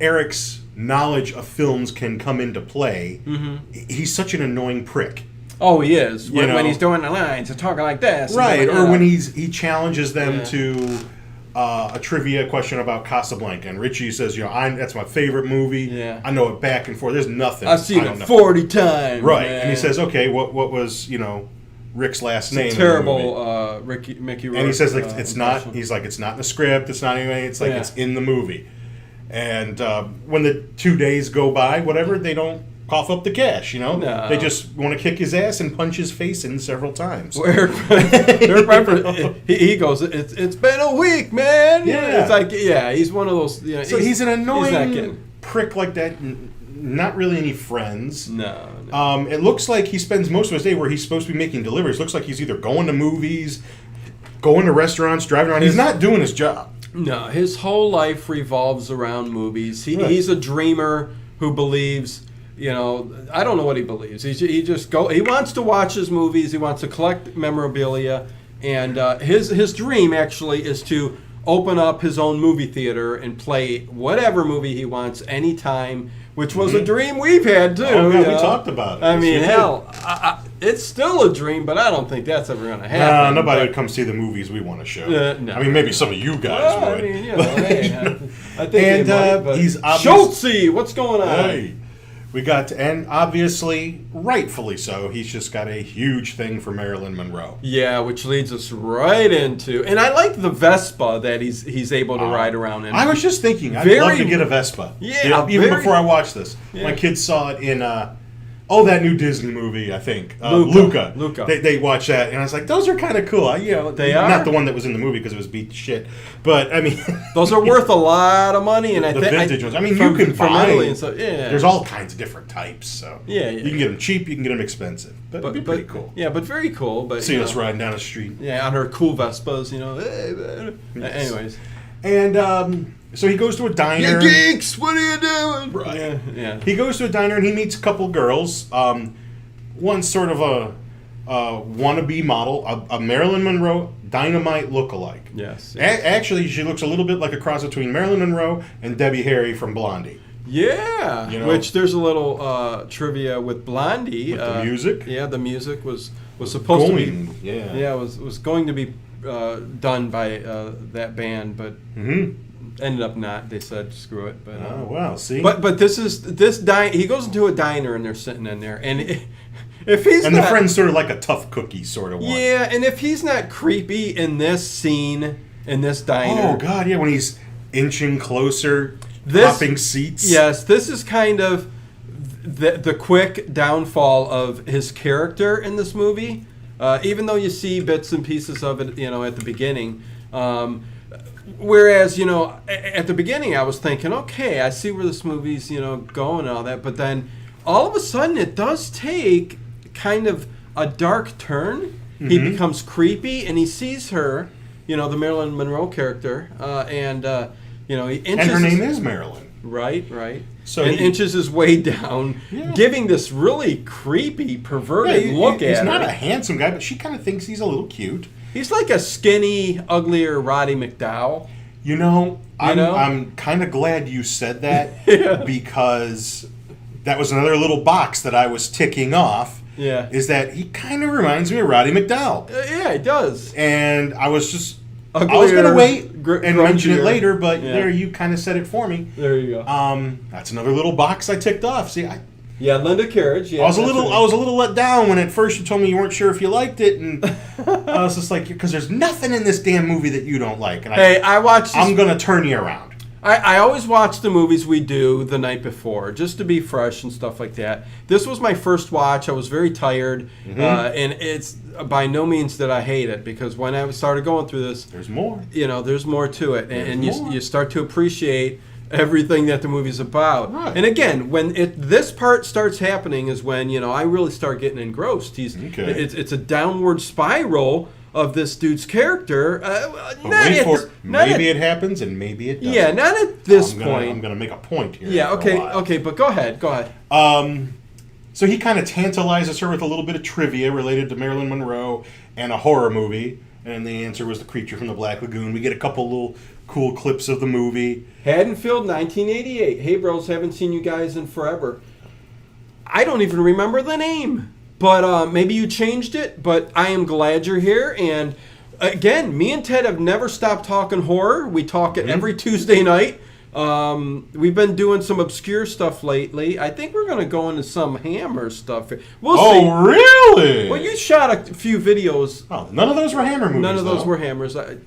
Speaker 1: Eric's knowledge of films can come into play.
Speaker 3: Mm-hmm.
Speaker 1: h- He's such an annoying prick,
Speaker 3: oh, he is. When,
Speaker 1: you
Speaker 3: when
Speaker 1: know.
Speaker 3: he's doing the lines and talking like this, and
Speaker 1: right?
Speaker 3: doing
Speaker 1: Or
Speaker 3: that.
Speaker 1: when he's he challenges them
Speaker 3: Yeah.
Speaker 1: to uh, a trivia question about Casablanca, and Richie says, "You know, I'm, that's my favorite movie.
Speaker 3: Yeah.
Speaker 1: I know it back and forth. There's nothing
Speaker 3: I've seen
Speaker 1: I
Speaker 3: him
Speaker 1: don't know."
Speaker 3: forty times,
Speaker 1: Right,
Speaker 3: man.
Speaker 1: and he says, "Okay, what what was you know Rick's last name?" in the movie?"
Speaker 3: terrible uh, Ricky Mickey.
Speaker 1: and he
Speaker 3: Rourke,
Speaker 1: says like
Speaker 3: uh,
Speaker 1: it's not
Speaker 3: impression.
Speaker 1: he's like it's not in the script it's not anything it's like
Speaker 3: Yeah.
Speaker 1: it's in the movie and uh, when the two days go by whatever they don't cough up the cash. You know,
Speaker 3: No.
Speaker 1: they just want to kick his ass and punch his face in several times.
Speaker 3: Eric, Eric Bradford, he, he goes, it's, it's been a week, man.
Speaker 1: Yeah.
Speaker 3: It's like, yeah, he's one of those. You know,
Speaker 1: so he's, an
Speaker 3: he's not
Speaker 1: annoying
Speaker 3: getting-
Speaker 1: prick like that. n- Not really any friends.
Speaker 3: no, no.
Speaker 1: Um, it looks like he spends most of his day where he's supposed to be making deliveries. Looks like he's either going to movies, going to restaurants, driving around. He's not doing his job.
Speaker 3: No, his whole life revolves around movies. He,
Speaker 1: Right.
Speaker 3: He's a dreamer who believes, you know, I don't know what he believes. He, ju- he just go. He wants to watch his movies. He wants to collect memorabilia, and uh, his his dream actually is to open up his own movie theater and play whatever movie he wants anytime. Which was a dream we've had too.
Speaker 1: Mm-hmm. Oh, yeah,
Speaker 3: you
Speaker 1: we
Speaker 3: know?
Speaker 1: talked about it.
Speaker 3: I
Speaker 1: Yes,
Speaker 3: mean,
Speaker 1: we did.
Speaker 3: hell, I, I, it's still a dream, but I don't think that's ever going
Speaker 1: Nah,
Speaker 3: to happen.
Speaker 1: Uh, nobody
Speaker 3: but-
Speaker 1: would come see the movivies we want to show.
Speaker 3: Uh, no.
Speaker 1: I mean, maybe some of you guys
Speaker 3: Well,
Speaker 1: would.
Speaker 3: Oh, I mean, you know, hey, I, I
Speaker 1: And,
Speaker 3: think they might,
Speaker 1: uh,
Speaker 3: but-
Speaker 1: he's obvious-
Speaker 3: Schultzy, what's going on?
Speaker 1: Hey, we got and obviously, rightfully so, he's just got a huge thing for Marilyn Monroe.
Speaker 3: Yeah, which leads us right into, and I like the Vespa that he's he's able to ride around in.
Speaker 1: Ah. I was just thinking, I'd
Speaker 3: Very-
Speaker 1: love to get a Vespa.
Speaker 3: Yeah,
Speaker 1: even
Speaker 3: very-
Speaker 1: before I watched this,
Speaker 3: Yeah.
Speaker 1: my kids saw it in uh, oh that new Disney movie, I think uh,
Speaker 3: Luca.
Speaker 1: Luca.
Speaker 3: Luca.
Speaker 1: They, they watched that, and I was like, those are kind of cool. I, you know,
Speaker 3: They are.
Speaker 1: not the one that was in the movie because it was beat to shit, but I mean,
Speaker 3: Those are worth a lot of money, and I
Speaker 1: the
Speaker 3: think
Speaker 1: vintage ones. I mean,
Speaker 3: from,
Speaker 1: you can
Speaker 3: from
Speaker 1: buy.
Speaker 3: Italy and stuff. Yeah,
Speaker 1: There's all kinds of different types, so
Speaker 3: Yeah, yeah.
Speaker 1: you can get them cheap, you can get them expensive, but, it'd be pretty cool.
Speaker 3: Yeah, but very cool. But
Speaker 1: See
Speaker 3: you
Speaker 1: us
Speaker 3: know,
Speaker 1: riding down the street.
Speaker 3: Yeah, on her cool Vespas, you know. eh, eh, eh.
Speaker 1: Yes.
Speaker 3: Anyways,
Speaker 1: And um, so he goes to a diner.
Speaker 3: geeks, what are you doing?
Speaker 1: Right.
Speaker 3: Yeah, yeah.
Speaker 1: He goes to a diner and he meets a couple girls. Um, one sort of a, a wannabe model, a, a Marilyn Monroe dynamite lookalike.
Speaker 3: Yes.
Speaker 1: A- actually, she looks a little bit like a cross between Marilyn Monroe and Debbie Harry from Blondie.
Speaker 3: Yeah,
Speaker 1: You know?
Speaker 3: which there's a little uh, trivia with Blondie.
Speaker 1: With the
Speaker 3: uh,
Speaker 1: music?
Speaker 3: Yeah, the music was was supposed
Speaker 1: Going,
Speaker 3: to
Speaker 1: yeah,
Speaker 3: be yeah was was going to be uh, done by uh, that band, but
Speaker 1: hmm
Speaker 3: ended up not. They said screw it, but.
Speaker 1: Oh
Speaker 3: uh,
Speaker 1: wow, see,
Speaker 3: But but this is this dine. He goes into a diner and they're sitting in there, and if he's
Speaker 1: and
Speaker 3: not,
Speaker 1: the friend's sort of like a tough cookie sort of one.
Speaker 3: yeah, and if he's not creepy in this scene in this diner,
Speaker 1: Oh god, yeah, when he's inching closer,
Speaker 3: This-
Speaker 1: dropping seats.
Speaker 3: Yes, this is kind of the, the quick downfall of his character in this movie. Uh, even though you see bits and pieces of it, you know, at the beginning. Um, whereas, you know, a- at the beginning, I was thinking, okay, I see where this movie's, you know, going and all that. But then, all of a sudden, it does take kind of a dark turn. He
Speaker 1: Mm-hmm.
Speaker 3: becomes creepy, and he sees her, you know, the Marilyn Monroe character, uh, and uh, you know, he inches
Speaker 1: and her
Speaker 3: his-
Speaker 1: name is Marilyn.
Speaker 3: Right, right. So
Speaker 1: So
Speaker 3: and
Speaker 1: he-
Speaker 3: inches his way down,
Speaker 1: Yeah.
Speaker 3: giving this really creepy, perverted
Speaker 1: he-
Speaker 3: look
Speaker 1: he's
Speaker 3: at
Speaker 1: not
Speaker 3: her.
Speaker 1: a handsome guy, but she kind of thinks he's a little cute.
Speaker 3: he's like a skinny, uglier Roddy McDowell.
Speaker 1: You know, I'm,
Speaker 3: know?
Speaker 1: I'm kind of glad you said that
Speaker 3: Yeah.
Speaker 1: because that was another little box that I was ticking off.
Speaker 3: Yeah.
Speaker 1: Is that he kind of reminds me of Roddy McDowell.
Speaker 3: Uh, yeah, he does.
Speaker 1: And I was just, I was going
Speaker 3: Uglier,
Speaker 1: to wait
Speaker 3: gr-
Speaker 1: and mention
Speaker 3: grungier.
Speaker 1: it later, but
Speaker 3: Yeah.
Speaker 1: there, you kind of said it for me.
Speaker 3: There you go.
Speaker 1: Um, that's another little box I ticked off. See, I,
Speaker 3: yeah, Linda Carriage. Yeah,
Speaker 1: I was a
Speaker 3: that's
Speaker 1: little,
Speaker 3: her.
Speaker 1: I was a little let down when at first you told me you weren't sure if you liked it, and I was just like, because there's nothing in this damn movie that you don't like, and I,
Speaker 3: Hey, I watched. This,
Speaker 1: I'm gonna turn you around.
Speaker 3: I, I always watch the movies we do the night before just to be fresh and stuff like that. This was my first watch. I was very tired,
Speaker 1: Mm-hmm.
Speaker 3: uh, and it's by no means that I hate it because when I started going through this,
Speaker 1: There's more.
Speaker 3: you know there's more to it and, and
Speaker 1: There's
Speaker 3: you,
Speaker 1: more.
Speaker 3: you start to appreciate everything that the movie's about
Speaker 1: Right.
Speaker 3: and again when it this part starts happening is when you know i really start getting engrossed he's
Speaker 1: Okay.
Speaker 3: it's, it's a downward spiral of this dude's character uh,
Speaker 1: But
Speaker 3: not
Speaker 1: wait
Speaker 3: at-
Speaker 1: for it.
Speaker 3: not
Speaker 1: Maybe
Speaker 3: at,
Speaker 1: it happens and maybe it doesn't.
Speaker 3: yeah not at this
Speaker 1: I'm gonna,
Speaker 3: point
Speaker 1: I'm gonna make a point here.
Speaker 3: yeah
Speaker 1: for a
Speaker 3: okay
Speaker 1: while.
Speaker 3: okay but go ahead go ahead
Speaker 1: Um, so he kind of tantalizes her with a little bit of trivia related to Marilyn Monroe and a horror movie, and the answer was the creature from the Black Lagoon. We get a couple little cool clips of the movie.
Speaker 3: Haddonfield, 1988. Hey, bros, haven't seen you guys in forever. I don't even remember the name, but uh, maybe you changed it. But I am glad you're here. And again, me and Ted have never stopped talking horror. We talk it every Tuesday night. Um, we've been doing some obscure stuff lately. I think we're gonna go into some Hammer stuff. here. We'll
Speaker 1: Oh,
Speaker 3: see.
Speaker 1: really?
Speaker 3: Well, you shot a few videos
Speaker 1: Oh, none of those were Hammer movies.
Speaker 3: None of those
Speaker 1: though.
Speaker 3: were hammers. I, I,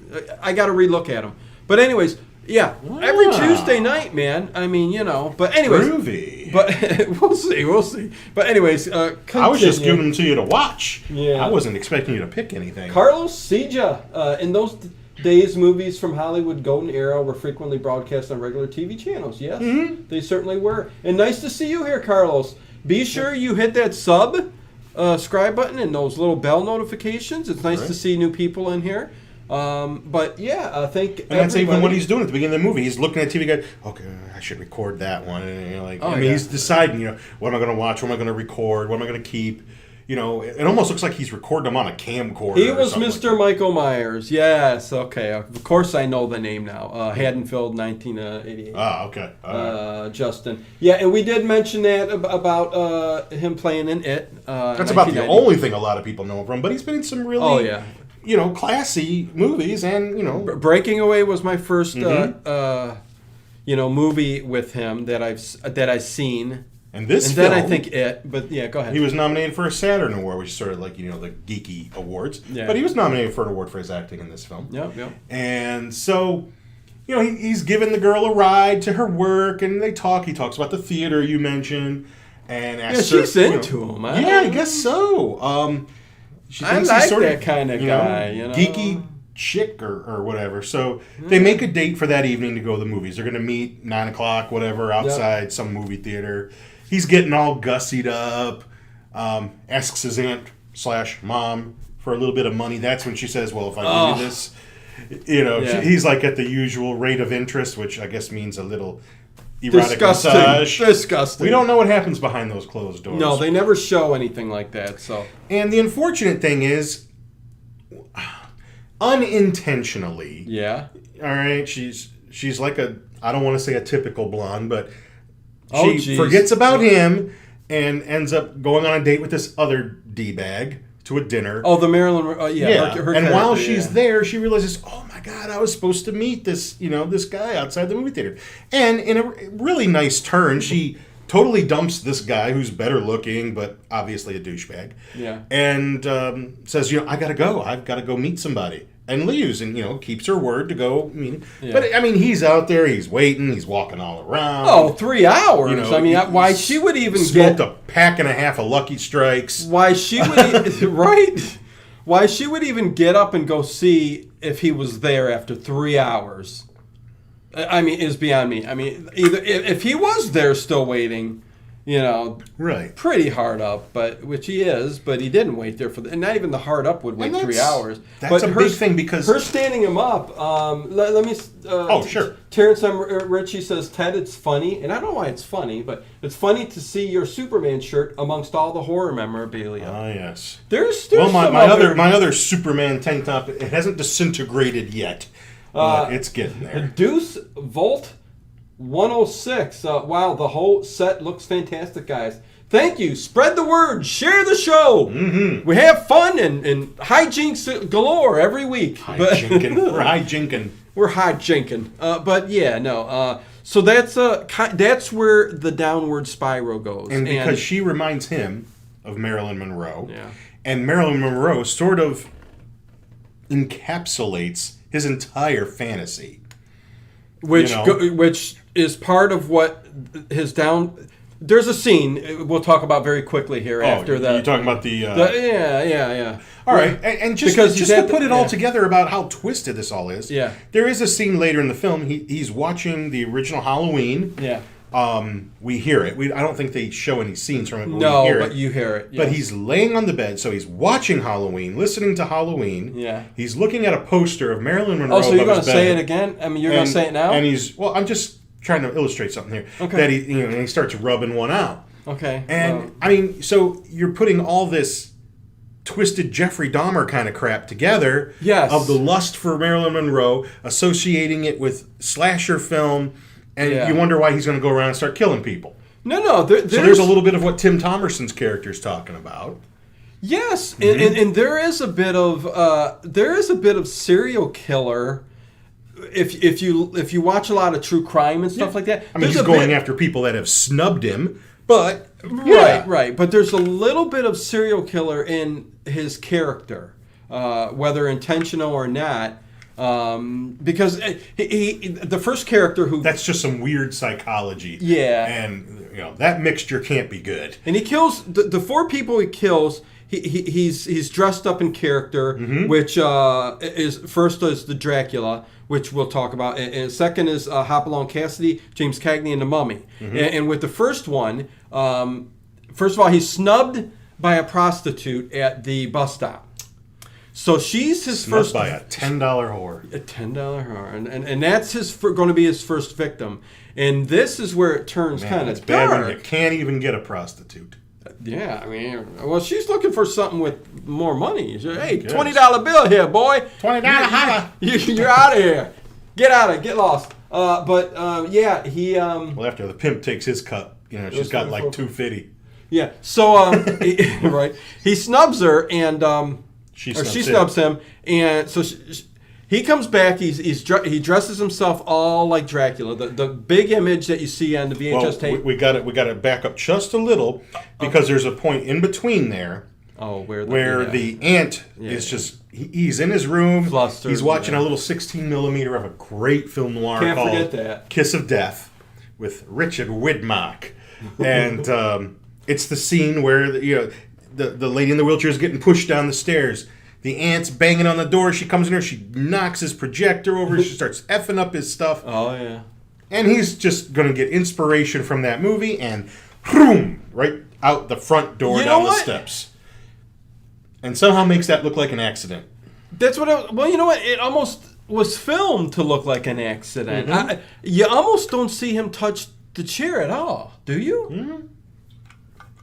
Speaker 3: I got to relook at them. But anyways, Yeah, every
Speaker 1: Ah.
Speaker 3: Tuesday night, man. I mean, you know. But anyways,
Speaker 1: Groovy.
Speaker 3: but we'll see, we'll see. But anyways, uh,
Speaker 1: I was just
Speaker 3: continue.
Speaker 1: giving them to you to watch.
Speaker 3: Yeah.
Speaker 1: I wasn't expecting you to pick anything.
Speaker 3: Carlos Sija. Uh, in those d- days, movies from Hollywood Golden Era were frequently broadcast on regular TV channels. Yes,
Speaker 1: Mm-hmm.
Speaker 3: they certainly were. And nice to see you here, Carlos. Be sure you hit that sub, uh, subscribe button, and those little bell notifications. It's nice to
Speaker 1: Right.
Speaker 3: see new people in here. Um, but yeah, uh, thank.
Speaker 1: and that's even what
Speaker 3: everybody.
Speaker 1: he's doing at the beginning of the movie. He's looking at TV, guy. Okay, I should record that one. And you're like,
Speaker 3: Oh,
Speaker 1: I mean,
Speaker 3: yeah.
Speaker 1: he's deciding. You know, what am I going to watch? What am I going to record? What am I going to keep? You know, it, it almost looks like he's recording them on a camcorder.
Speaker 3: He
Speaker 1: or
Speaker 3: was
Speaker 1: something
Speaker 3: Mr.
Speaker 1: Like
Speaker 3: Michael Myers. Yes. Okay. Of course, I know the name now. Uh, Haddonfield, 1988.
Speaker 1: that. Ah, okay. All right.
Speaker 3: uh, Justin. Yeah, and we did mention that ab- about uh, him playing in it. Uh,
Speaker 1: That's about the
Speaker 3: 1990.
Speaker 1: only thing a lot of people know him from. But he's been in some really,
Speaker 3: Oh, yeah.
Speaker 1: you know, classy movies, and you know,
Speaker 3: Breaking Away was my 1st
Speaker 1: Mm-hmm.
Speaker 3: uh, uh, you know, movie with him that I've s- that I've seen,
Speaker 1: and this.
Speaker 3: and then I
Speaker 1: film,
Speaker 3: think it. But yeah, go ahead.
Speaker 1: He was nominated for a Saturn Award, which is sort of like you know the geeky awards.
Speaker 3: Yeah.
Speaker 1: But he was nominated for an award for his acting in this film.
Speaker 3: Yep, yep.
Speaker 1: And so, you know, he, he's giving the girl a ride to her work, and they talk. He talks about the theater you mentioned, and
Speaker 3: Yeah,
Speaker 1: asks her-
Speaker 3: she's
Speaker 1: you know-
Speaker 3: into him. I-
Speaker 1: yeah, I guess so. Um, she
Speaker 3: I
Speaker 1: thinks
Speaker 3: like
Speaker 1: he's sort
Speaker 3: that kinda guy, you know? Hmm.
Speaker 1: geeky chick or, or whatever. So they make a date for that evening to go to the movies. They're going to meet nine o'clock, whatever, outside some movie theater. He's getting all gussied up. Um, asks his aunt slash mom for a little bit of money. That's when she says, "Well, if I give you this." You know,
Speaker 3: Yeah.
Speaker 1: he's like at the usual rate of interest, which I guess means a little erotic
Speaker 3: Disgusting.
Speaker 1: massage.
Speaker 3: Disgusting.
Speaker 1: We don't know what happens behind those closed doors.
Speaker 3: No, they never show anything like that. So
Speaker 1: And the unfortunate thing is, unintentionally,
Speaker 3: yeah.
Speaker 1: all right, she's she's like a I don't want to say a typical blonde, but she
Speaker 3: Oh, geez.
Speaker 1: forgets about him and ends up going on a date with this other d bag to a dinner.
Speaker 3: Oh, the Marilyn. Uh, yeah.
Speaker 1: yeah,
Speaker 3: her- her
Speaker 1: and while
Speaker 3: character,
Speaker 1: she's
Speaker 3: yeah.
Speaker 1: there, she realizes, oh my god, I was supposed to meet this you know this guy outside the movie theater. And in a really nice turn, she totally dumps this guy who's better looking but obviously a douchebag
Speaker 3: Yeah.
Speaker 1: and um, says, you know, I gotta go. I've gotta go meet somebody. And leaves, and you know, keeps her word to go. I mean, but I mean, he's out there. He's waiting. He's walking all around.
Speaker 3: Oh, three hours.
Speaker 1: You know,
Speaker 3: I mean, I- why
Speaker 1: s-
Speaker 3: she would even
Speaker 1: smoked
Speaker 3: get
Speaker 1: a pack and a half of Lucky Strikes.
Speaker 3: why she would e- right why she would even get up and go see if he was there after three hours i I mean is beyond me i mean either if, if he was there still waiting you know
Speaker 1: Right.
Speaker 3: pretty hard up but which he is but he didn't wait there for the, and not even the hard up would wait
Speaker 1: And
Speaker 3: three
Speaker 1: that's-
Speaker 3: hours
Speaker 1: that's
Speaker 3: but
Speaker 1: a big thing because-
Speaker 3: her standing him up um, let, let me s- uh,
Speaker 1: Oh, sure.
Speaker 3: Terrence M. R- Ritchie says, Ted, it's funny, and I don't know why it's funny, but it's funny to see your Superman shirt amongst all the horror memorabilia.
Speaker 1: Ah, yes.
Speaker 3: There's there's
Speaker 1: well, my,
Speaker 3: some
Speaker 1: my other my other Superman tank top it hasn't disintegrated yet, but it's getting there.
Speaker 3: Deuce Volt 106. Uh, wow, the whole set looks fantastic, guys. Thank you. Spread the word. Share the show. Mm-hmm. We have fun and, and hijinks galore every week.
Speaker 1: Hi
Speaker 3: But-
Speaker 1: Jinkin, or hi Jinkin.
Speaker 3: we're hijinking. Uh, but yeah, no. Uh, so that's uh, ki- that's where the downward spiral goes.
Speaker 1: and because she reminds him of Marilyn Monroe,
Speaker 3: Yeah.
Speaker 1: and Marilyn Monroe sort of encapsulates his entire fantasy.
Speaker 3: which
Speaker 1: you know.
Speaker 3: go, which is part of what his down. There's a scene uh, we'll talk about very quickly here after
Speaker 1: you're,
Speaker 3: that.
Speaker 1: you're talking Oh, about the. Uh,
Speaker 3: The- yeah, yeah, yeah.
Speaker 1: all right, and, and just
Speaker 3: Because he's
Speaker 1: just to
Speaker 3: at the-
Speaker 1: put it all
Speaker 3: yeah.
Speaker 1: together about how twisted this all is.
Speaker 3: Yeah.
Speaker 1: there is a scene later in the film. He, he's watching the original Halloween.
Speaker 3: Yeah.
Speaker 1: Um, we hear it. We I don't think they show any scenes from it. But
Speaker 3: No,
Speaker 1: we hear
Speaker 3: but
Speaker 1: it.
Speaker 3: you hear it.
Speaker 1: But
Speaker 3: yeah.
Speaker 1: he's laying on the bed, so he's watching Halloween, listening to Halloween.
Speaker 3: Yeah.
Speaker 1: He's looking at a poster of Marilyn Monroe.
Speaker 3: Oh, so you're
Speaker 1: above
Speaker 3: gonna
Speaker 1: his
Speaker 3: say
Speaker 1: bed.
Speaker 3: it again? I mean, you're
Speaker 1: And-
Speaker 3: gonna say it now?
Speaker 1: And he's well. I'm just trying to illustrate something here.
Speaker 3: Okay. Oh.
Speaker 1: That he you know and he starts rubbing one out,
Speaker 3: okay.
Speaker 1: and
Speaker 3: well,
Speaker 1: I mean, so you're putting all this twisted Jeffrey Dahmer kind of crap together.
Speaker 3: Yes.
Speaker 1: Of the lust for Marilyn Monroe, associating it with slasher film, and
Speaker 3: Yeah.
Speaker 1: you wonder why he's going to go around and start killing people.
Speaker 3: no, no. There, there's,
Speaker 1: So there's a little bit of what Tim Thomerson's character is talking about.
Speaker 3: Yes,
Speaker 1: Mm-hmm.
Speaker 3: and, and, and there is a bit of uh, there is a bit of serial killer. If, if you if you watch a lot of true crime and stuff like that,
Speaker 1: I mean, he's
Speaker 3: a
Speaker 1: going
Speaker 3: bit-
Speaker 1: after people that have snubbed him, but
Speaker 3: Right, right. But there's a little bit of serial killer in his character, uh, whether intentional or not. Um, because eh, he, he, the first character who
Speaker 1: That's just some weird psychology.
Speaker 3: Yeah.
Speaker 1: And you know that mixture can't be good.
Speaker 3: And he kills the, the four people he kills. He, he, he's he's dressed up in character,
Speaker 1: Mm-hmm.
Speaker 3: which uh, is first is the Dracula, which we'll talk about, and, and second is uh, Hopalong Cassidy, James Cagney, and the Mummy.
Speaker 1: Mm-hmm.
Speaker 3: And, and with the first one, um, first of all, he's snubbed by a prostitute at the bus stop. So she's his
Speaker 1: First
Speaker 3: first
Speaker 1: by a ten dollar whore.
Speaker 3: a ten dollar harm, and, and and that's his going to be his first victim. And this is where it turns kind
Speaker 1: it's
Speaker 3: of
Speaker 1: bad
Speaker 3: dark.
Speaker 1: when you can't even get a prostitute.
Speaker 3: Yeah, I mean, well, she's looking for something with more money. She- hey,
Speaker 1: guess.
Speaker 3: twenty dollar bill here, boy.
Speaker 1: $20 holla.
Speaker 3: You, you're out of here. Get out of. Get lost. Uh, but uh, yeah, he. Um,
Speaker 1: Well, after the pimp takes his cup, you know she's got like two fifty.
Speaker 3: yeah. So um, he- right, he snubs her and um,
Speaker 1: She
Speaker 3: or she snubs
Speaker 1: snubs
Speaker 3: him, and so she, she- he comes back. He's he's dre- he dresses himself all like Dracula, the the big image that you see on the VHS
Speaker 1: Well, we,
Speaker 3: tape.
Speaker 1: we got it. We got to back up just a little because there's a point in between there
Speaker 3: oh, where the,
Speaker 1: where
Speaker 3: yeah.
Speaker 1: the ant is just he, he's in his room
Speaker 3: Flustered,
Speaker 1: he's watching
Speaker 3: yeah.
Speaker 1: a little 16 millimeter of a great film noir
Speaker 3: Can't
Speaker 1: called
Speaker 3: forget that.
Speaker 1: kiss of death with richard widmark and um, it's the scene where the, you know the, the lady in the wheelchair is getting pushed down the stairs the ant's banging on the door she comes in here she knocks his projector over she starts effing up his stuff
Speaker 3: oh yeah.
Speaker 1: and he's just going to get inspiration from that movie and vroom, right out the front door
Speaker 3: You know
Speaker 1: down the
Speaker 3: what?
Speaker 1: steps. And somehow makes that look like an accident.
Speaker 3: That's what. I, well, you know what? It almost was filmed to look like an accident.
Speaker 1: Mm-hmm.
Speaker 3: I, you almost don't see him touch the chair at all, do you?
Speaker 1: Mm-hmm.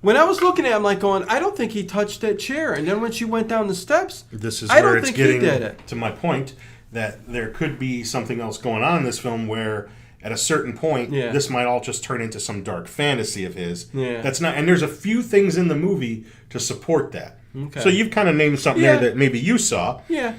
Speaker 3: When I was looking at, it, I'm like going, I don't think he touched that chair. And then when she went down the steps,
Speaker 1: This is
Speaker 3: I
Speaker 1: where
Speaker 3: don't
Speaker 1: it's
Speaker 3: think
Speaker 1: getting
Speaker 3: he did it.
Speaker 1: to my point that there could be something else going on in this film where at a certain point
Speaker 3: Yeah.
Speaker 1: this might all just turn into some dark fantasy of his.
Speaker 3: Yeah.
Speaker 1: That's not and there's a few things in the movie to support that.
Speaker 3: Okay.
Speaker 1: So you've kind of named something
Speaker 3: Yeah.
Speaker 1: there that maybe you saw.
Speaker 3: Yeah.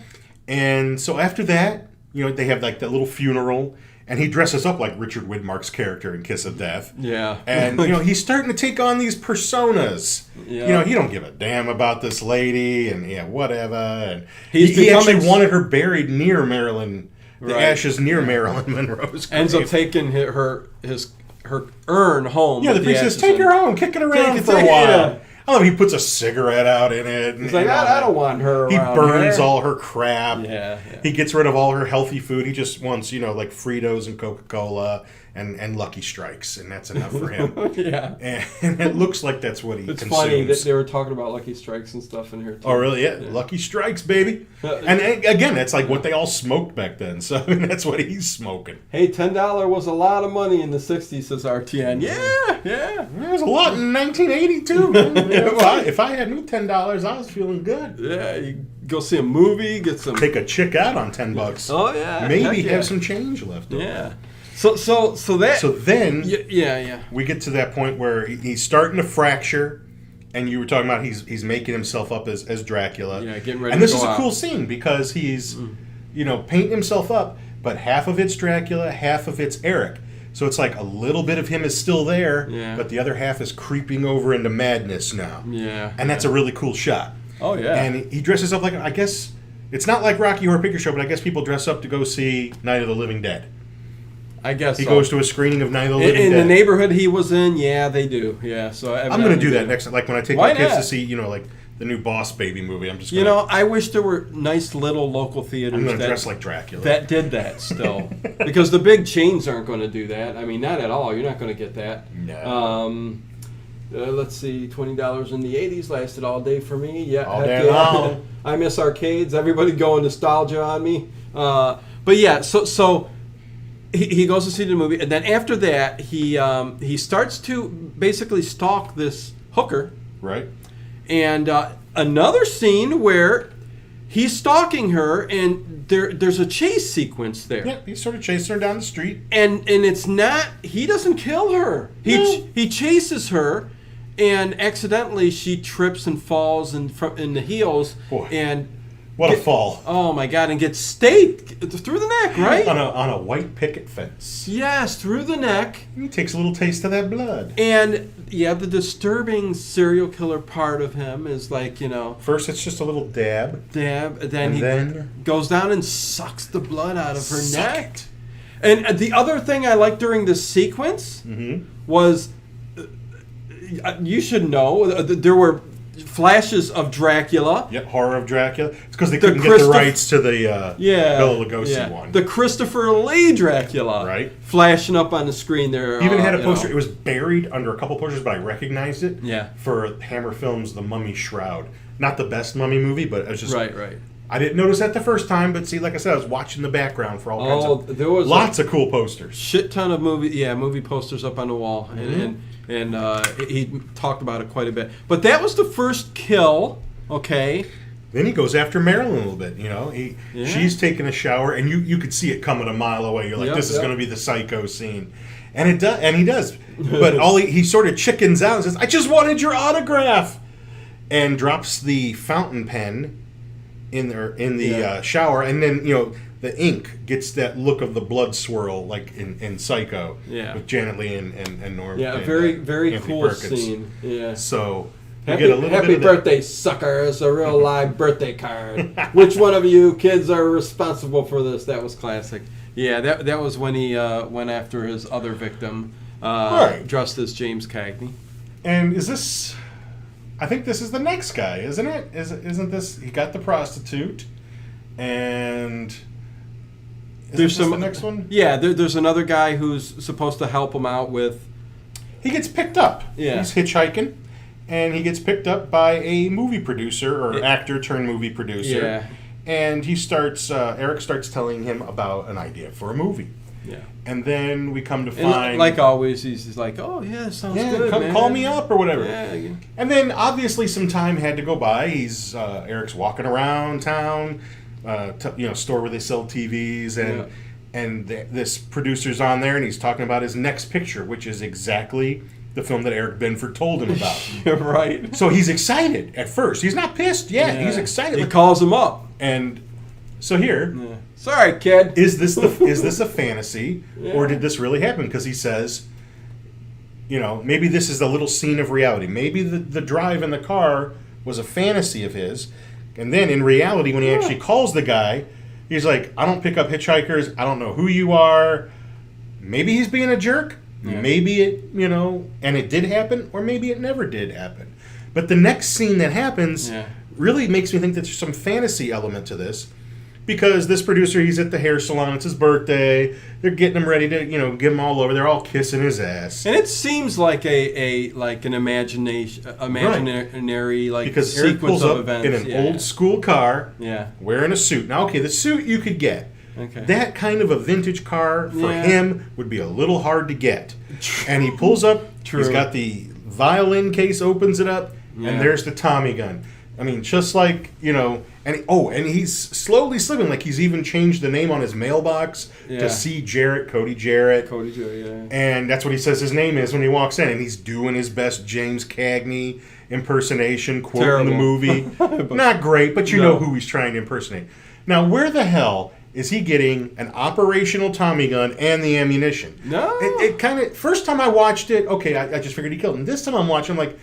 Speaker 1: And so after that, you know, they have like that little funeral, and he dresses up like Richard Widmark's character in Kiss of Death.
Speaker 3: Yeah.
Speaker 1: And you know, he's starting to take on these personas.
Speaker 3: Yeah.
Speaker 1: You know, he don't give a damn about this lady, and yeah, whatever. And
Speaker 3: He's
Speaker 1: he, he
Speaker 3: becoming-
Speaker 1: actually wanted her buried near Marilyn, the
Speaker 3: Right.
Speaker 1: ashes near Marilyn Monroe's. Grave.
Speaker 3: Ends up taking hi- her his her urn home.
Speaker 1: yeah, the
Speaker 3: with
Speaker 1: priest says,
Speaker 3: ashes
Speaker 1: "Take
Speaker 3: in it."
Speaker 1: her home, kick it around
Speaker 3: it,
Speaker 1: for a
Speaker 3: take it,
Speaker 1: while."
Speaker 3: yeah.
Speaker 1: I love. He puts a cigarette out in it. and-
Speaker 3: He's like,
Speaker 1: and all
Speaker 3: I, I
Speaker 1: that.
Speaker 3: don't want her.
Speaker 1: He
Speaker 3: around
Speaker 1: burns
Speaker 3: here."
Speaker 1: all her crap.
Speaker 3: Yeah, yeah.
Speaker 1: He gets rid of all her healthy food. He just wants, you know, like Fritos and Coca Cola and, and Lucky Strikes, and that's enough for him.
Speaker 3: Yeah.
Speaker 1: and, it looks like that's what he
Speaker 3: It's
Speaker 1: consumes.
Speaker 3: funny that they were talking about Lucky Strikes and stuff in here. Too.
Speaker 1: Oh really? Yeah, Lucky Strikes, baby. And a- again, that's like what they all smoked back then. So I mean, that's what he's smoking.
Speaker 3: Hey, ten dollar was a lot of money in the '60s, says RTN. Yeah, yeah,
Speaker 1: There was a lot in 1982. Man. You know, if, I, if I had new ten dollars, I was feeling good.
Speaker 3: yeah. You go see a movie, get some.
Speaker 1: Take a chick out on ten bucks.
Speaker 3: Oh yeah, heck
Speaker 1: Maybe
Speaker 3: yeah.
Speaker 1: have some change left. over.
Speaker 3: Yeah. So so so that.
Speaker 1: So then
Speaker 3: yeah, yeah, yeah.
Speaker 1: we get to that point where he- he's starting to fracture and you were talking about he's he's making himself up as, as Dracula.
Speaker 3: Yeah, getting ready
Speaker 1: And
Speaker 3: to
Speaker 1: this
Speaker 3: go
Speaker 1: is a
Speaker 3: out. Mm.
Speaker 1: cool scene because he's you know, painting himself up, but half of it's Dracula, half of it's Eric. So it's like a little bit of him is still there,
Speaker 3: Yeah.
Speaker 1: but the other half is creeping over into madness now.
Speaker 3: Yeah,
Speaker 1: And that's a really cool shot.
Speaker 3: Oh yeah.
Speaker 1: And he dresses up like I guess it's not like Rocky Horror Picture Show, but I guess people dress up to go see Night of the Living Dead.
Speaker 3: I guess
Speaker 1: He
Speaker 3: so.
Speaker 1: goes to a screening of Night of the
Speaker 3: in,
Speaker 1: Living
Speaker 3: in
Speaker 1: Dead.
Speaker 3: the neighborhood he was in. Yeah, they do. Yeah. So I
Speaker 1: I'm gonna do that next. Like when I take
Speaker 3: Why
Speaker 1: my kids
Speaker 3: not?
Speaker 1: to see, you know, like the new Boss Baby movie. I'm just gonna,
Speaker 3: You know, I wish there were nice little local
Speaker 1: I'm
Speaker 3: theaters
Speaker 1: gonna
Speaker 3: that
Speaker 1: dress like Dracula.
Speaker 3: that did that still, because the big chains aren't going to do that. I mean, not at all. You're not going to get that.
Speaker 1: No.
Speaker 3: Um, uh, let's see, twenty dollars in the '80s lasted all day for me. Yeah,
Speaker 1: All
Speaker 3: heck
Speaker 1: day long.
Speaker 3: I miss arcades. Everybody going nostalgia on me. Uh, but yeah, so so he, he goes to see the movie, and then after that, he um, he starts to basically stalk this hooker,
Speaker 1: right?
Speaker 3: and uh, another scene where he's stalking her, and there there's a chase sequence there
Speaker 1: Yeah, he's sort of chasing her down the street.
Speaker 3: and and it's not he doesn't kill her he
Speaker 1: No.
Speaker 3: ch- he chases her and accidentally she trips and falls in from in the heels
Speaker 1: Boy.
Speaker 3: and
Speaker 1: What a fall
Speaker 3: Oh my God! And get staked through the neck,
Speaker 1: on
Speaker 3: right?
Speaker 1: a on a white picket fence.
Speaker 3: Yes, through the neck.
Speaker 1: He takes a little taste of that blood.
Speaker 3: And yeah, the disturbing serial killer part of him is like you know,
Speaker 1: First, it's just a little dab.
Speaker 3: dab. Then
Speaker 1: And
Speaker 3: he
Speaker 1: then-
Speaker 3: goes down and sucks the blood out of her
Speaker 1: Suck
Speaker 3: neck. And uh, the other thing I liked during this sequence
Speaker 1: Mm-hmm.
Speaker 3: was uh, you should know uh, th- there were flashes of Dracula.
Speaker 1: Yep, horror of Dracula. It's because they
Speaker 3: The
Speaker 1: couldn't get
Speaker 3: Christoph-
Speaker 1: the rights to the uh,
Speaker 3: Yeah,
Speaker 1: Bela Lugosi
Speaker 3: yeah.
Speaker 1: one.
Speaker 3: The Christopher Lee Dracula,
Speaker 1: Right.
Speaker 3: Flashing up on the screen there.
Speaker 1: He even
Speaker 3: uh,
Speaker 1: had a
Speaker 3: you
Speaker 1: poster.
Speaker 3: know.
Speaker 1: It was buried under a couple posters, but I recognized it.
Speaker 3: Yeah.
Speaker 1: For Hammer Films, The Mummy Shroud. Not the best mummy movie, but it was just
Speaker 3: right, right.
Speaker 1: I didn't notice that the first time, but see, like I said, I was watching the background for all kinds
Speaker 3: Oh,
Speaker 1: of
Speaker 3: there was a-
Speaker 1: lots of cool posters.
Speaker 3: shit ton of movie yeah movie posters up on the wall and and, and uh, he he talked about it quite a bit but that was the first kill okay
Speaker 1: Then he goes after Marilyn a little bit. You know, he
Speaker 3: Yeah.
Speaker 1: she's taking a shower, and you you could see it coming a mile away. You're like,
Speaker 3: Yep,
Speaker 1: this is
Speaker 3: yep.
Speaker 1: going to be the psycho scene, and it does, and he does. But all he, he sort of chickens out and says, "I just wanted your autograph," and drops the fountain pen in there in the
Speaker 3: Yeah.
Speaker 1: uh, shower, and then you know. The ink gets that look of the blood swirl, like in, in Psycho,
Speaker 3: Yeah.
Speaker 1: with Janet Lee and, and, and Norm.
Speaker 3: yeah a
Speaker 1: and,
Speaker 3: very
Speaker 1: uh,
Speaker 3: very
Speaker 1: Anthony
Speaker 3: cool
Speaker 1: Perkins.
Speaker 3: scene yeah
Speaker 1: So you
Speaker 3: Happy,
Speaker 1: get a little
Speaker 3: happy
Speaker 1: bit of
Speaker 3: birthday, sucker! It's a real live birthday card. Which one of you kids are responsible for this? That was classic. Yeah, that, that was when he uh, went after his other victim, uh,
Speaker 1: Right.
Speaker 3: dressed as James Cagney.
Speaker 1: That. And is this? I think this is the next guy, isn't it? Is isn't this? He got the prostitute, and is
Speaker 3: There's
Speaker 1: this
Speaker 3: some-
Speaker 1: the next one.
Speaker 3: Yeah, there, there's another guy who's supposed to help him out with
Speaker 1: He gets picked up.
Speaker 3: Yeah.
Speaker 1: he's hitchhiking, and he gets picked up by a movie producer or
Speaker 3: Yeah.
Speaker 1: actor turned movie producer.
Speaker 3: Yeah.
Speaker 1: And he starts. Uh, Eric starts telling him about an idea for a movie,
Speaker 3: yeah.
Speaker 1: and then we come to
Speaker 3: And
Speaker 1: find
Speaker 3: like always, he's just like, "Oh yeah, that sounds
Speaker 1: yeah,
Speaker 3: good,
Speaker 1: come,
Speaker 3: man.
Speaker 1: call me up or whatever.
Speaker 3: Yeah, yeah.
Speaker 1: And then obviously some time had to go by. He's uh, Eric's walking around town, uh, t- you know, store where they sell TVs, and
Speaker 3: Yeah.
Speaker 1: and th- this producer's on there, and he's talking about his next picture, which is exactly the film that Eric Benford told him about.
Speaker 3: You're right.
Speaker 1: so he's excited at first. He's not pissed yet. He's
Speaker 3: Yeah.
Speaker 1: excited,
Speaker 3: He
Speaker 1: Like-
Speaker 3: calls him up.
Speaker 1: and so here
Speaker 3: Yeah. Sorry, kid.
Speaker 1: is this the is this a fantasy or
Speaker 3: Yeah.
Speaker 1: did this really happen because he says you know maybe this is the little scene of reality maybe the, the drive in the car was a fantasy of his and then in reality when he actually calls the guy he's like i don't pick up hitchhikers i don't know who you are maybe he's being a jerk maybe it you know and it did happen or maybe it never did happen but the next scene that happens
Speaker 3: Yeah.
Speaker 1: really makes me think that there's some fantasy element to this because this producer he's at the hair salon it's his birthday they're getting him ready to you know get him all over they're all kissing his ass
Speaker 3: and it seems like a, a like an imagination, uh, imaginary like
Speaker 1: because Eric
Speaker 3: sequence
Speaker 1: pulls
Speaker 3: of
Speaker 1: up
Speaker 3: events
Speaker 1: in an
Speaker 3: yeah.
Speaker 1: old school car
Speaker 3: yeah.
Speaker 1: wearing a suit now okay the suit you could get
Speaker 3: Okay.
Speaker 1: that kind of a vintage car for
Speaker 3: Yeah.
Speaker 1: him would be a little hard to get and he pulls up he's
Speaker 3: True.
Speaker 1: got the violin case opens it up
Speaker 3: Yeah.
Speaker 1: and there's the tommy gun i mean just like you know and oh and he's slowly slipping like he's even changed the name on his mailbox
Speaker 3: Yeah.
Speaker 1: to see jarrett cody jarrett
Speaker 3: Cody Joe, yeah.
Speaker 1: and that's what he says his name is when he walks in, and he's doing his best James Cagney impersonation, quoting
Speaker 3: Terrible.
Speaker 1: the movie. Not great, but you
Speaker 3: No.
Speaker 1: know who he's trying to impersonate. Now, where the hell is he getting an operational Tommy gun and the ammunition?
Speaker 3: No.
Speaker 1: It, it kind of, first time I watched it, okay, I, I just figured he killed him. This time I'm watching, like,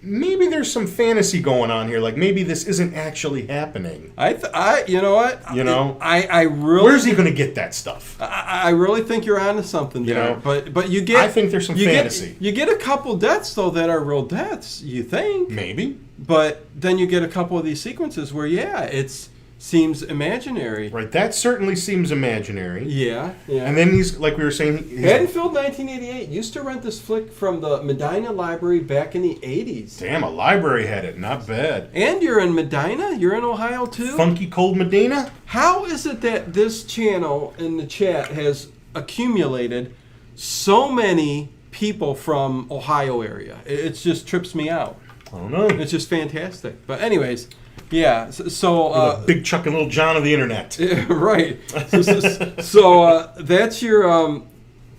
Speaker 1: maybe there's some fantasy going on here. Like, maybe this isn't actually happening.
Speaker 3: I, th- I, you know what?
Speaker 1: You know?
Speaker 3: I, I really,
Speaker 1: Where's he going to get that stuff?
Speaker 3: I, I really think you're onto something there.
Speaker 1: know?
Speaker 3: but but you get,
Speaker 1: I think there's some
Speaker 3: you
Speaker 1: fantasy.
Speaker 3: Get, you get a couple deaths though that are real deaths. You think?
Speaker 1: Maybe.
Speaker 3: But then you get a couple of these sequences where, yeah, it's seems imaginary.
Speaker 1: Right, that certainly seems imaginary.
Speaker 3: Yeah, yeah.
Speaker 1: And then he's like we were saying, he's-
Speaker 3: Haddonfield, 1988, used to rent this flick from the Medina Library back in the 80s.
Speaker 1: damn, a library had it, not bad.
Speaker 3: And you're in Medina? You're in Ohio too?
Speaker 1: Funky Cold Medina.
Speaker 3: How is it that this channel in the chat has accumulated so many people from Ohio area? It, it just trips me out.
Speaker 1: I don't know.
Speaker 3: It's just fantastic. But anyways, yeah. So, so uh,
Speaker 1: Big Chuck and Little John of the internet.
Speaker 3: Yeah, right. So, so, so, uh, that's your um,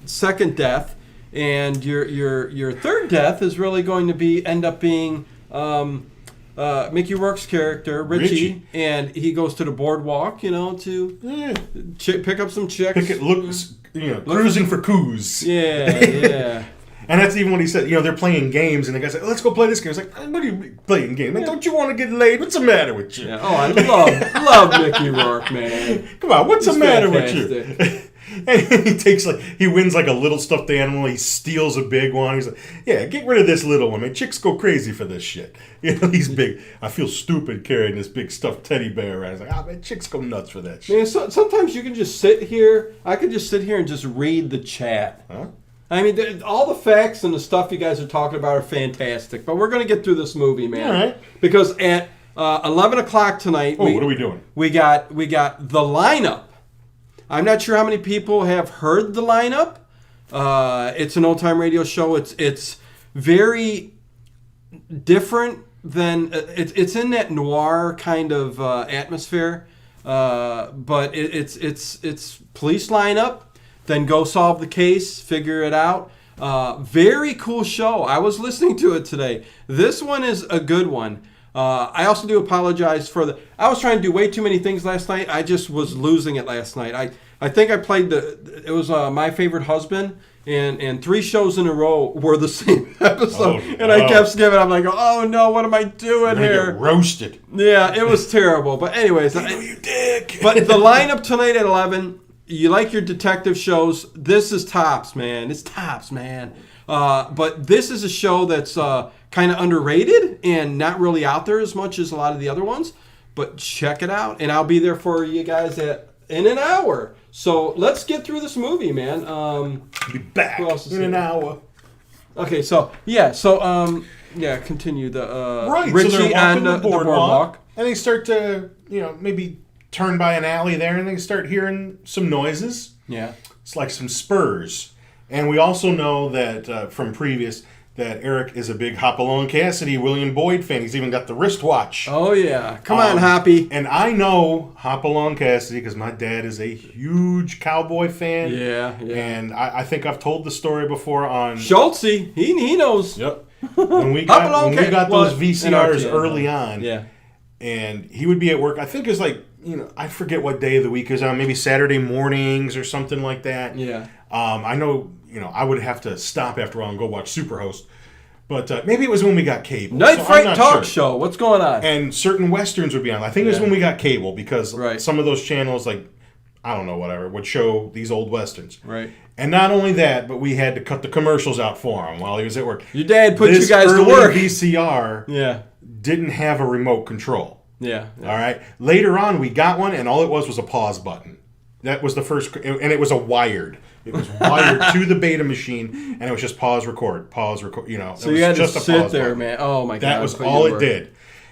Speaker 3: second death, and your your your third death is really going to be end up being um, uh, Mickey Rourke's character Richie,
Speaker 1: Richie.
Speaker 3: and he goes to the boardwalk, you know, to
Speaker 1: Eh,
Speaker 3: ch- pick up some chicks.
Speaker 1: pick it, look, s- you know, cruising for coos.
Speaker 3: Yeah, yeah.
Speaker 1: And that's even what he said. You know, they're playing games, and the guy's like, "Let's go play this game." It's like, "What are you playing game? Like, don't you want to get laid? What's the matter with you?
Speaker 3: Yeah. Oh, I love love Mickey Rourke, man.
Speaker 1: Come on, what's
Speaker 3: It's
Speaker 1: the matter with you?" and he takes like he wins like a little stuffed animal. He steals a big one. He's like, "Yeah, get rid of this little one. Man, chicks go crazy for this shit. You know, he's big. I feel stupid carrying this big stuffed teddy bear around. He's like, ah, man, chicks go nuts for that shit."
Speaker 3: Man, so, sometimes you can just sit here. I could just sit here and just read the chat.
Speaker 1: Huh?
Speaker 3: I mean, th- all the facts and the stuff you guys are talking about are fantastic. But we're gonna get through this movie, man.
Speaker 1: All right.
Speaker 3: Because at uh, eleven o'clock tonight,
Speaker 1: Oh, what are we doing?
Speaker 3: We got we got the lineup. I'm not sure how many people have heard the lineup. Uh, it's an old time radio show. It's it's very different than it's it's in that noir kind of uh, atmosphere. Uh, but it, it's it's it's police lineup. Then go solve the case, figure it out. Uh, very cool show. I was listening to it today. This one is a good one. Uh, I also do apologize for the. I was trying to do way too many things last night. I just was losing it last night. I, I think I played the. It was uh, my favorite husband, and and three shows in a row were the same episode,
Speaker 1: Oh,
Speaker 3: and I
Speaker 1: wow.
Speaker 3: kept skipping. I'm like, oh no, what am I doing
Speaker 1: We're gonna
Speaker 3: here?
Speaker 1: get roasted.
Speaker 3: Yeah, it was terrible. But anyways,
Speaker 1: Oh,
Speaker 3: I,
Speaker 1: you dick.
Speaker 3: but the lineup tonight at eleven. You like your detective shows? This is tops, man. It's tops, man. Uh, but this is a show that's uh, kind of underrated and not really out there as much as a lot of the other ones. But check it out, and I'll be there for you guys at in an hour. So let's get through this movie, man. Um,
Speaker 1: be back
Speaker 3: Who else is
Speaker 1: in an
Speaker 3: here?
Speaker 1: hour.
Speaker 3: okay, so yeah, so um, yeah, continue the uh,
Speaker 1: Right,
Speaker 3: Richie
Speaker 1: so they're walking
Speaker 3: and
Speaker 1: the
Speaker 3: uh,
Speaker 1: boardwalk,
Speaker 3: the boardwalk.
Speaker 1: and they start to, you know, maybe turn by an alley there, and they start hearing some noises.
Speaker 3: Yeah.
Speaker 1: It's like some spurs, and we also know that uh, from previous that Eric is a big Hopalong Cassidy, William Boyd fan. He's even got the wristwatch.
Speaker 3: Oh yeah, come on,
Speaker 1: Um,
Speaker 3: Hoppy.
Speaker 1: And I know Hopalong Cassidy because my dad is a huge cowboy fan.
Speaker 3: Yeah, yeah.
Speaker 1: And I, I think I've told the story before on
Speaker 3: Schultzy, he he knows.
Speaker 1: Yep. When we got,
Speaker 3: Hopalong
Speaker 1: when we
Speaker 3: Ca-
Speaker 1: got
Speaker 3: well,
Speaker 1: those
Speaker 3: in
Speaker 1: VCRs
Speaker 3: RTL,
Speaker 1: early on,
Speaker 3: Yeah.
Speaker 1: and he would be at work. I think it's like you know I forget what day of the week is on, maybe Saturday mornings or something like that.
Speaker 3: Yeah.
Speaker 1: Um, I know you know I would have to stop after all and go watch Superhost, but uh, maybe it was when we got cable.
Speaker 3: Night
Speaker 1: so I'm
Speaker 3: Fright
Speaker 1: not
Speaker 3: Talk
Speaker 1: sure.
Speaker 3: Show. What's going on?
Speaker 1: And certain westerns would be on. I think it was
Speaker 3: Yeah.
Speaker 1: when we got cable because
Speaker 3: Right.
Speaker 1: some of those channels like I don't know whatever would show these old westerns.
Speaker 3: right.
Speaker 1: And not only that, but we had to cut the commercials out for him while he was at work.
Speaker 3: Your dad put
Speaker 1: this
Speaker 3: you guys to
Speaker 1: early
Speaker 3: work.
Speaker 1: VCR
Speaker 3: yeah.
Speaker 1: didn't have a remote control.
Speaker 3: Yeah.
Speaker 1: All right. Later on, we got one, and all it was was a pause button. That was the first, and it was a wired. It was wired to the beta machine, and it was just pause, record, pause, record. You know,
Speaker 3: So
Speaker 1: it was
Speaker 3: you had to
Speaker 1: just a
Speaker 3: sit
Speaker 1: pause
Speaker 3: there,
Speaker 1: button.
Speaker 3: man. Oh my god.
Speaker 1: That was
Speaker 3: put you
Speaker 1: all
Speaker 3: to
Speaker 1: it
Speaker 3: work.
Speaker 1: did.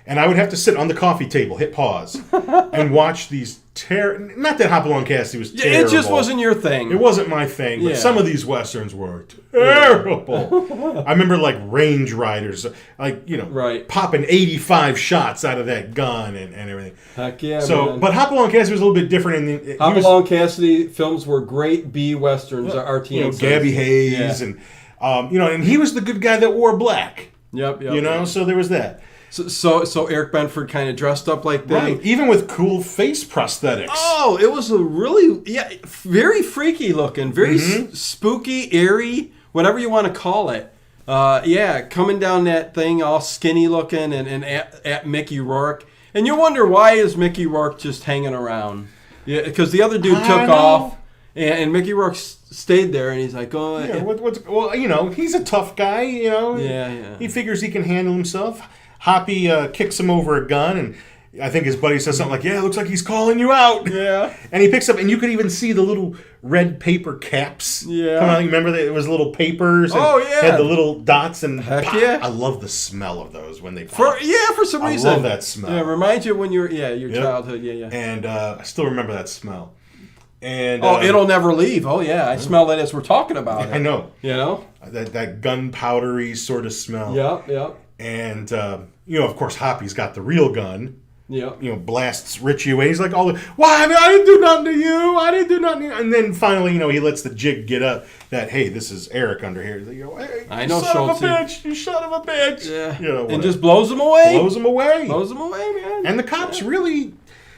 Speaker 1: And I would have to sit on the coffee table, hit pause, and watch these ter Not that Hopalong Cassidy was
Speaker 3: Yeah,
Speaker 1: terrible.
Speaker 3: It just wasn't your thing.
Speaker 1: It wasn't my thing, but
Speaker 3: Yeah.
Speaker 1: some of these westerns were terrible. I remember like Range Riders, like you know,
Speaker 3: Right.
Speaker 1: popping eighty-five shots out of that gun and, and everything.
Speaker 3: Heck yeah.
Speaker 1: so,
Speaker 3: man.
Speaker 1: but Hopalong Cassidy was a little bit different. In the, he
Speaker 3: Hop
Speaker 1: was,
Speaker 3: Along Cassidy films were great B westerns. Yeah. RTN.
Speaker 1: you know,
Speaker 3: says.
Speaker 1: Gabby Hayes,
Speaker 3: Yeah.
Speaker 1: and um, you know, and he was the good guy that wore black.
Speaker 3: Yep. Yep.
Speaker 1: You know, so there was that.
Speaker 3: So so, so Eric Benford kind of dressed up like that.
Speaker 1: Right, even with cool face prosthetics.
Speaker 3: Oh, it was a really yeah, very freaky looking, very
Speaker 1: Mm-hmm.
Speaker 3: s- spooky, eerie, whatever you want to call it. Uh, yeah, coming down that thing all skinny looking and, and at, at Mickey Rourke, and you wonder why is Mickey Rourke just hanging around? Yeah, because the other dude
Speaker 1: I
Speaker 3: took
Speaker 1: know.
Speaker 3: off, and, and Mickey Rourke s- stayed there, and he's like, oh,
Speaker 1: Yeah,
Speaker 3: yeah,
Speaker 1: what, what's, well, you know, he's a tough guy. You know,
Speaker 3: Yeah, yeah.
Speaker 1: He figures he can handle himself. Hoppy uh, kicks him over a gun, and I think his buddy says something like, "Yeah, looks like he's calling you out."
Speaker 3: Yeah.
Speaker 1: And he picks up, and you could even see the little red paper caps.
Speaker 3: Yeah.
Speaker 1: Come on, you remember that it was little papers. And
Speaker 3: Oh, yeah.
Speaker 1: Had the little dots and.
Speaker 3: Heck yeah.
Speaker 1: I love the smell of those when they. Pop.
Speaker 3: for yeah, for some
Speaker 1: I
Speaker 3: reason,
Speaker 1: love that smell.
Speaker 3: Yeah, reminds you when you're yeah your
Speaker 1: Yep.
Speaker 3: childhood, yeah, yeah.
Speaker 1: and uh, I still remember that smell. And
Speaker 3: Oh,
Speaker 1: uh,
Speaker 3: it'll never leave. Oh yeah, I smell it as we're talking about
Speaker 1: I
Speaker 3: it.
Speaker 1: know
Speaker 3: You know.
Speaker 1: that that gunpowdery sort of smell.
Speaker 3: Yep, yep.
Speaker 1: um, and uh, you know, of course, Hoppy's got the real gun.
Speaker 3: Yeah.
Speaker 1: you know, blasts Richie away. He's like, all the, why? I, mean, I didn't do nothing to you. I didn't do nothing. to you." And then finally, you know, he lets the jig get up that, hey, this is Eric under here. You know, hey,
Speaker 3: I know
Speaker 1: you son of a
Speaker 3: Schulte.
Speaker 1: bitch. You son of a bitch.
Speaker 3: Yeah.
Speaker 1: You know,
Speaker 3: and
Speaker 1: whatever.
Speaker 3: just blows them away.
Speaker 1: blows him away.
Speaker 3: Blows 'em away, man.
Speaker 1: and the cops really,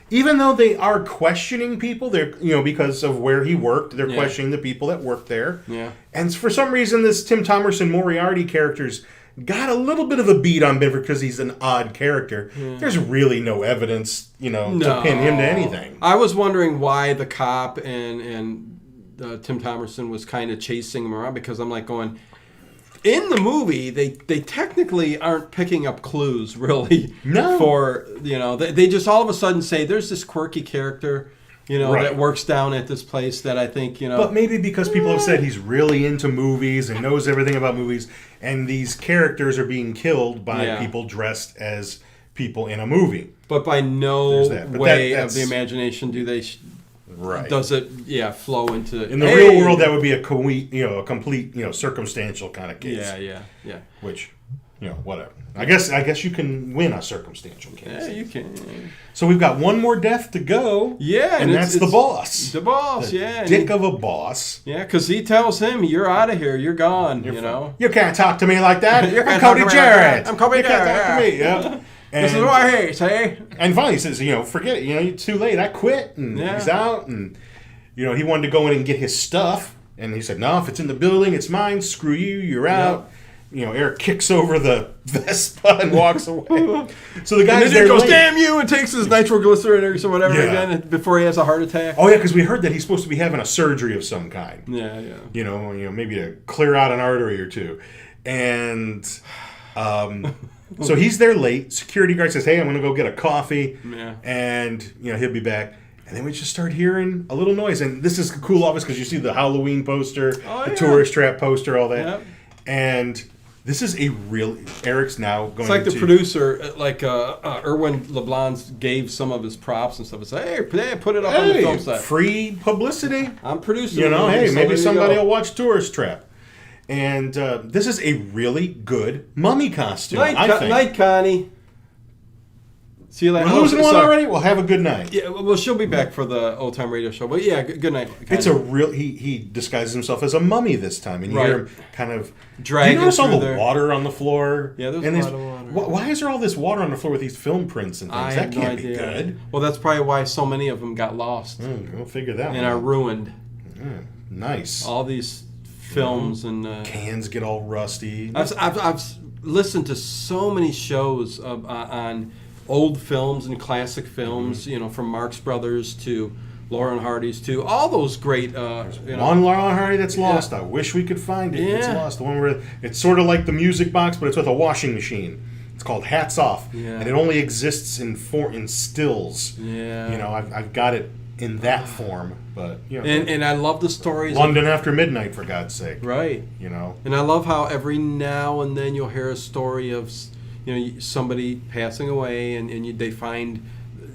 Speaker 1: even though they are questioning people, they're, you know, because of where he worked, they're
Speaker 3: Yeah.
Speaker 1: questioning the people that worked there.
Speaker 3: Yeah.
Speaker 1: And for some reason, this Tim Thomerson Moriarty character's got a little bit of a beat on Bivard because he's an odd character.
Speaker 3: Hmm.
Speaker 1: There's really no evidence, you know, to pin him to anything.
Speaker 3: I was wondering why the cop and and uh, Tim Thomerson was kind of chasing him around because I'm like going. In the movie, they they technically aren't picking up clues really.
Speaker 1: No.
Speaker 3: For you know, they, they just all of a sudden say there's this quirky character, you know,
Speaker 1: Right.
Speaker 3: that works down at this place that I think you know.
Speaker 1: But maybe because people have said he's really into movies and knows everything about movies, and these characters are being killed by
Speaker 3: Yeah.
Speaker 1: people dressed as people in a movie.
Speaker 3: but by no
Speaker 1: There's that. But
Speaker 3: way
Speaker 1: that-
Speaker 3: of the
Speaker 1: that's-
Speaker 3: imagination do they sh-
Speaker 1: Right.
Speaker 3: does it yeah flow into
Speaker 1: in the
Speaker 3: Hey!
Speaker 1: real world, that would be a co- you know a complete you know circumstantial kind of case.
Speaker 3: yeah yeah yeah
Speaker 1: Which, you know, whatever. I guess I guess you can win a circumstantial case.
Speaker 3: yeah you can
Speaker 1: So we've got one more death to go.
Speaker 3: Yeah,
Speaker 1: and,
Speaker 3: it's-
Speaker 1: that's the
Speaker 3: it's-
Speaker 1: boss.
Speaker 3: The boss,
Speaker 1: The
Speaker 3: yeah. and
Speaker 1: dick
Speaker 3: he-
Speaker 1: of a boss.
Speaker 3: yeah, because he tells him, "You're out of here. You're gone." you know.
Speaker 1: You can't talk to me like that.
Speaker 3: You
Speaker 1: I'm
Speaker 3: can't talk
Speaker 1: Cody
Speaker 3: to me like
Speaker 1: Jarrett.
Speaker 3: that. I'm Cody
Speaker 1: you Can't talk to me.
Speaker 3: Jarrett.
Speaker 1: Yep. And,
Speaker 3: This is what I hate. Say.
Speaker 1: and finally, he says, "You know, forget it. You know, you're too late. I quit." And
Speaker 3: Yeah.
Speaker 1: he's out, and you know, he wanted to go in and get his stuff, and he said, "No, if it's in the building, it's mine. Screw you. You're out." You know, Eric kicks over the Vespa and walks away. so the
Speaker 3: And
Speaker 1: guy's
Speaker 3: then
Speaker 1: there.
Speaker 3: he goes,
Speaker 1: late.
Speaker 3: "Damn you!" and takes his nitroglycerin or some whatever
Speaker 1: Yeah.
Speaker 3: again before he has a heart attack.
Speaker 1: Oh yeah, because we heard that he's supposed to be having a surgery of some kind.
Speaker 3: Yeah, yeah.
Speaker 1: you know, you know, maybe to clear out an artery or two. And um, so he's there late. Security guard says, "Hey, I'm going to go get a coffee."
Speaker 3: Yeah.
Speaker 1: And you know he'll be back. And then we just start hearing a little noise. And this is a cool office because you see the Halloween poster,
Speaker 3: Oh,
Speaker 1: the
Speaker 3: yeah.
Speaker 1: tourist trap poster, all that.
Speaker 3: Yep.
Speaker 1: And this is a real Eric's now going.
Speaker 3: It's like the
Speaker 1: to-
Speaker 3: producer, uh, like uh, uh, Erwin LeBlanc gave some of his props and stuff. and said, "Hey, p- hey, put it up on the
Speaker 1: Hey,
Speaker 3: film set.
Speaker 1: free publicity.
Speaker 3: I'm producing.
Speaker 1: you
Speaker 3: the
Speaker 1: know,
Speaker 3: movie,
Speaker 1: hey,
Speaker 3: so there
Speaker 1: maybe
Speaker 3: you
Speaker 1: somebody
Speaker 3: go."
Speaker 1: will watch Tourist Trap. And uh, this is a really good mummy costume.
Speaker 3: Night,
Speaker 1: I
Speaker 3: Con-
Speaker 1: think.
Speaker 3: night, Connie. See you later.
Speaker 1: We're
Speaker 3: Oh,
Speaker 1: losing one
Speaker 3: sorry.
Speaker 1: already. Well, have a good night.
Speaker 3: Yeah, well, she'll be back for the old time radio show. But yeah, g- good night.
Speaker 1: It's a
Speaker 3: Connie.
Speaker 1: real. He he disguises himself as a mummy this time, and you hear
Speaker 3: Right.
Speaker 1: him kind of
Speaker 3: Dragging
Speaker 1: You notice all
Speaker 3: through
Speaker 1: the
Speaker 3: there.
Speaker 1: water on the floor.
Speaker 3: Yeah, there's
Speaker 1: and
Speaker 3: a
Speaker 1: there's-
Speaker 3: lot of water.
Speaker 1: wh- Why is there all this water on the floor with these film prints and things?
Speaker 3: I
Speaker 1: that
Speaker 3: have no
Speaker 1: can't be
Speaker 3: idea.
Speaker 1: good.
Speaker 3: Well, that's probably why so many of them got lost
Speaker 1: Hmm, we'll figure that
Speaker 3: and
Speaker 1: one.
Speaker 3: are
Speaker 1: out.
Speaker 3: ruined.
Speaker 1: nice.
Speaker 3: All these films and uh,
Speaker 1: Cans get all rusty.
Speaker 3: I've, I've, I've s- listened to so many shows of, uh, on old films and classic
Speaker 1: Mm-hmm.
Speaker 3: films. You know, from Marx Brothers to Lauren Hardy's to all those great. Uh, you know,
Speaker 1: One Laurel Hardy that's lost. I wish we could find it. It's
Speaker 3: Yeah.
Speaker 1: lost. The one where it's sort of like the music box, but it's with a washing machine. It's called Hats Off,
Speaker 3: Yeah.
Speaker 1: and it only exists in for in stills.
Speaker 3: Yeah. Ah.
Speaker 1: You know, I've, I've got it in that form, but you know,
Speaker 3: and, and I love the stories. of-
Speaker 1: London after midnight, for God's sake.
Speaker 3: right.
Speaker 1: You know,
Speaker 3: And I love how every now and then you'll hear a story of, s- you know, you- somebody passing away, and, and you, they find,